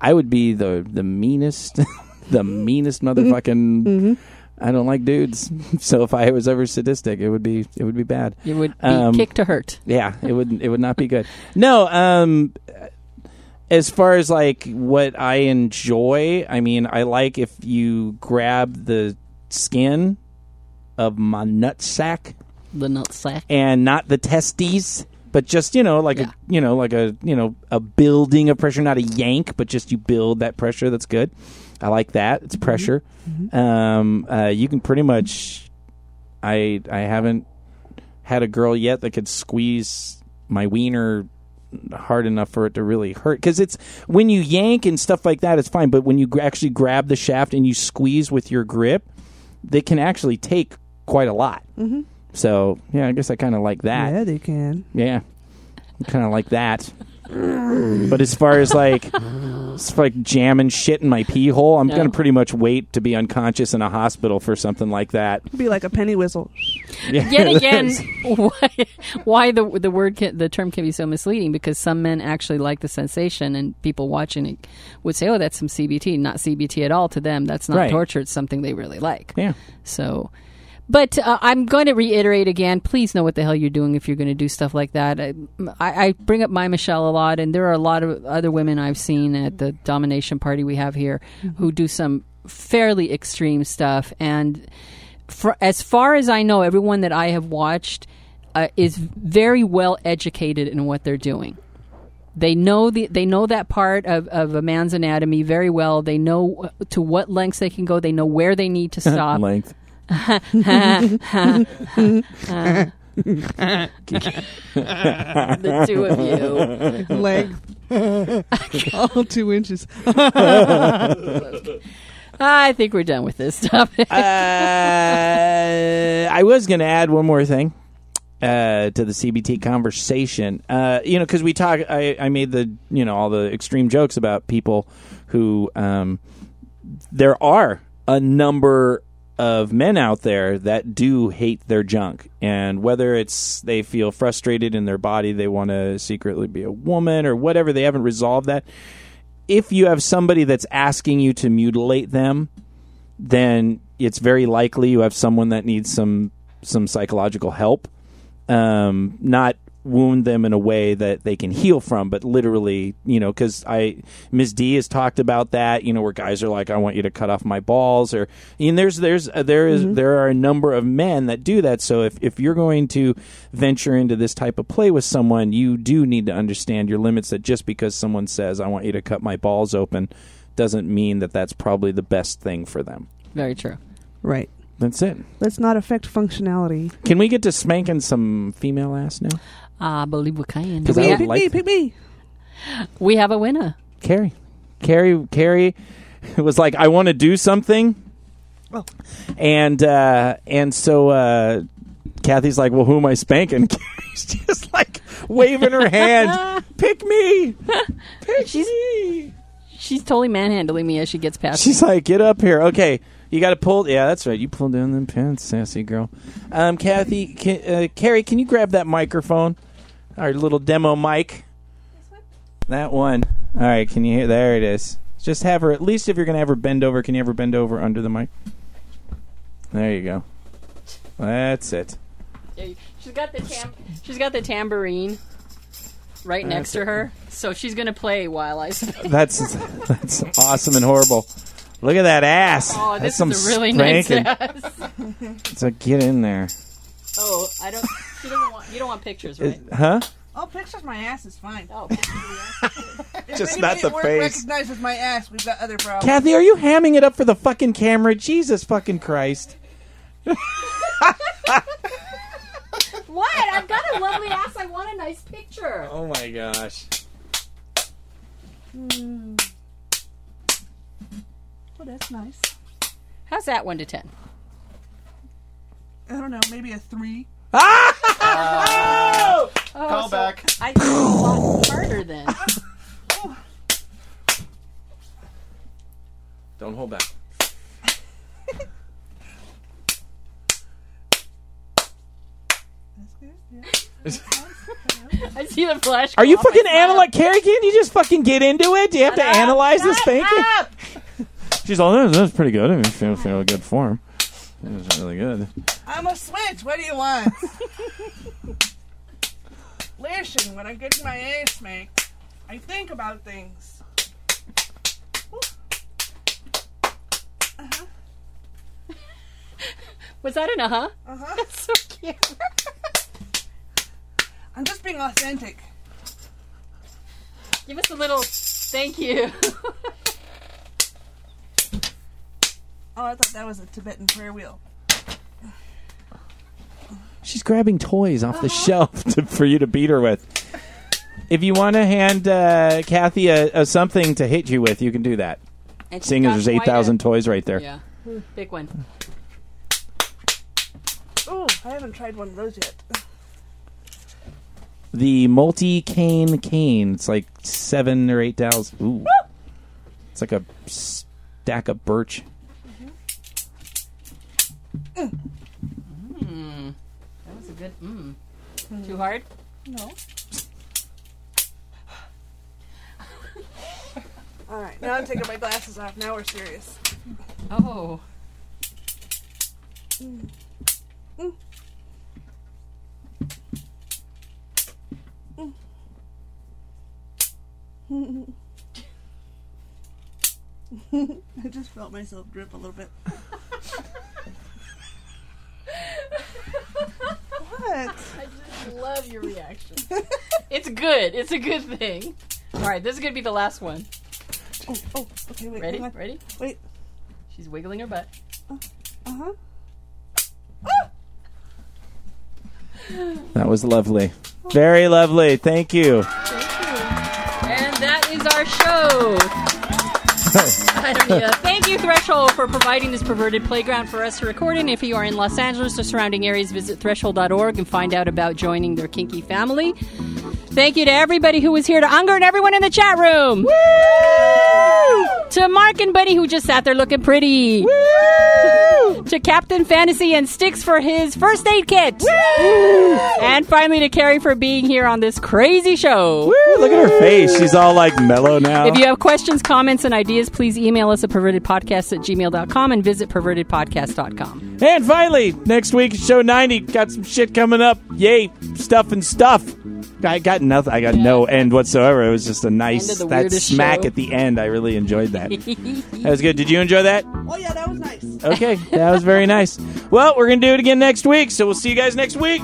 Speaker 1: I would be the the meanest, the meanest motherfucking.
Speaker 2: Mm-hmm.
Speaker 1: I don't like dudes, so if I was ever sadistic, it would be it would be bad.
Speaker 2: You would be
Speaker 1: Um,
Speaker 2: kick to hurt.
Speaker 1: Yeah, it would it would not be good. No, um as far as like what I enjoy, I mean, I like if you grab the skin of my nutsack
Speaker 2: The nutsack.
Speaker 1: and not the testes, but just, you know, like
Speaker 2: Yeah.
Speaker 1: a you know, like a you know, a building of pressure, not a yank, but just you build that pressure, that's good. I like that. It's pressure. Um uh you can pretty much I I haven't had a girl yet that could squeeze my wiener hard enough for it to really hurt because it's when you yank and stuff like that it's fine but when you gra- actually grab the shaft and you squeeze with your grip they can actually take quite a lot mm-hmm. so yeah i guess i kind of like that
Speaker 7: Yeah, they can.
Speaker 1: yeah, kind of like that But as far as like, as far like jamming shit in my pee hole, I'm
Speaker 2: No.
Speaker 1: gonna pretty much wait to be unconscious in a hospital for something like that.
Speaker 7: It'd be like a penny whistle.
Speaker 2: Yet again, why, why the the word can, the term can be so misleading? Because some men actually like the sensation, and people watching it would say, "Oh, that's some CBT." Not CBT at all to them. That's not
Speaker 1: Right.
Speaker 2: torture. It's something they really like.
Speaker 1: yeah.
Speaker 2: So, but uh, I'm going to reiterate again. Please know what the hell you're doing if you're going to do stuff like that. I, I I bring up my Michelle a lot, and there are a lot of other women I've seen at the domination party we have here who do some fairly extreme stuff. And for, as far as I know, everyone that I have watched uh, is very well educated in what they're doing. They know the they know that part of, of a man's anatomy very well. They know uh, to what lengths they can go. They know where they need to stop.
Speaker 1: Length.
Speaker 2: the two of you.
Speaker 7: Length. All two inches.
Speaker 2: I think we're done with this topic.
Speaker 1: uh, I was going to add one more thing uh, to the CBT conversation. Uh, you know, because we talk, I, I made the you know all the extreme jokes about people who um, there are a number of men out there that do hate their junk and whether it's they feel frustrated in their body they want to secretly be a woman or whatever they haven't resolved that if you have somebody that's asking you to mutilate them then it's very likely you have someone that needs some some psychological help. Um, not wound them in a way that they can heal from, but literally, you know, because I Ms. D has talked about that, you know, where guys are like, I want you to cut off my balls, or and there's there's uh, there is- there are a number of men that do that. So if if you're going to venture into this type of play with someone, you do need to understand your limits. That just because someone says, I want you to cut my balls open. Doesn't mean that that's probably the best thing for them.
Speaker 2: Very true.
Speaker 7: Right.
Speaker 1: That's it.
Speaker 7: Let's not affect functionality.
Speaker 1: Can we get to spanking some female ass now?
Speaker 2: I believe we can.
Speaker 1: 'Cause I
Speaker 2: We,
Speaker 1: would
Speaker 2: ha-
Speaker 7: pick me,
Speaker 1: like-
Speaker 7: pick me.
Speaker 2: we have a winner.
Speaker 1: Carrie. Carrie Carrie was like, I want to do something.
Speaker 7: Oh.
Speaker 1: And uh and so uh Kathy's like, Well who am I spanking? Carrie's just like waving her hand. Pick me. Pick me.
Speaker 2: She's totally manhandling me as she gets past.
Speaker 1: She's like, get up here. Okay, you got to pull. Yeah, that's right. You pull down them pants, sassy girl. Um, Kathy, can, uh, Carrie, can you grab that microphone? Our little demo mic. That one. All right. Can you hear? There it is. Just have her. At least if you're gonna have her bend over, can you have her bend over under the mic? There you go. That's it.
Speaker 2: me. She's got the tam- she's got the tambourine right next to her, so she's gonna play while I. Sp-
Speaker 1: That's that's awesome and horrible. Look at that ass.
Speaker 2: oh,
Speaker 1: that's
Speaker 2: this
Speaker 1: some
Speaker 2: is a really
Speaker 1: spanking.
Speaker 2: nice ass.
Speaker 1: So get in there,
Speaker 2: Oh, I don't. She doesn't want. You don't want pictures, right?
Speaker 1: huh?
Speaker 7: All pictures Oh, my ass is fine.
Speaker 2: Oh,
Speaker 1: Just not the face.
Speaker 7: Recognized with my ass, we've got other problems.
Speaker 1: Kathy, are you hamming it up for the fucking camera? Jesus fucking Christ.
Speaker 2: what? I've got a lovely ass. I want a nice picture.
Speaker 1: Oh my gosh.
Speaker 7: Oh, that's nice.
Speaker 2: How's that one to ten?
Speaker 7: I don't know, maybe a three.
Speaker 1: Oh!
Speaker 8: Call back.
Speaker 2: Oh, I did a lot harder then.
Speaker 1: Don't hold back.
Speaker 2: I see the flash.
Speaker 1: Are you
Speaker 2: go off.
Speaker 1: fucking analyze Carrie? Can you just fucking get into it? Do you have to analyze this spanking? She's all that was, that was pretty good. I mean, feel feel good form. It was really good.
Speaker 7: I'm a switch. What do you want? Listen, when I'm getting my ass smacked, I think about things.
Speaker 2: Was that an uh huh? Uh
Speaker 7: Uh-huh.
Speaker 2: huh. That's so cute.
Speaker 7: I'm just being authentic.
Speaker 2: Give us a little thank you.
Speaker 7: Oh, I thought that was a Tibetan prayer wheel.
Speaker 1: She's grabbing toys off the
Speaker 2: Uh-huh.
Speaker 1: shelf to, for you to beat her with. If you want to hand uh, Kathy a, a something to hit you with, you can do that.
Speaker 2: And she's
Speaker 1: Seeing as
Speaker 2: got
Speaker 1: there's
Speaker 2: quite a-
Speaker 1: 8,000 toys right there.
Speaker 2: Yeah,
Speaker 7: Hmm.
Speaker 2: big one.
Speaker 7: Oh, I haven't tried one of those yet.
Speaker 1: the multi cane cane. It's like seven or eight dowels. Ooh, it's like a stack of birch.
Speaker 2: That was a good. Mm.
Speaker 7: Hmm.
Speaker 2: Too hard?
Speaker 7: All right, now I'm taking my glasses off. Now we're serious.
Speaker 2: Oh.
Speaker 7: I just felt myself drip a little bit. what?
Speaker 2: I just love your reaction. it's good. It's a good thing. All right, this is going to be the last one.
Speaker 7: Oh, oh, okay, wait.
Speaker 2: Ready?
Speaker 7: hang on.
Speaker 2: Ready?
Speaker 7: Wait.
Speaker 2: She's wiggling her butt.
Speaker 7: Uh huh.
Speaker 1: That was lovely. Very lovely. Thank you.
Speaker 2: And that is our show. I don't need that. Thank you, Threshold, for providing this perverted playground for us to record in. If you are in Los Angeles or surrounding areas, visit threshold.org and find out about joining their kinky family. Thank you to everybody who was here, to Unger and everyone in the chat room. To Mark and Buddy, who just sat there looking pretty. to Captain Fantasy and Sticks for his first aid kit. And finally to Carrie for being here on this crazy show.
Speaker 1: Woo, look at her face. She's all like mellow now.
Speaker 2: If you have questions, comments, and ideas, please email us at pervertedpodcast at gmail.com and visit pervertedpodcast.com.
Speaker 1: and finally, next week show ninety. Got some shit coming up. Yay, stuff and stuff. I got nothing. I got no end whatsoever. It was just a nice
Speaker 2: End of the
Speaker 1: that
Speaker 2: weirdest
Speaker 1: smack
Speaker 2: show.
Speaker 1: at the end. I really enjoyed that. That was good. Did you enjoy that?
Speaker 7: Oh, yeah, that was nice.
Speaker 1: Okay, that was very nice. Well, we're gonna do it again next week. So we'll see you guys next week.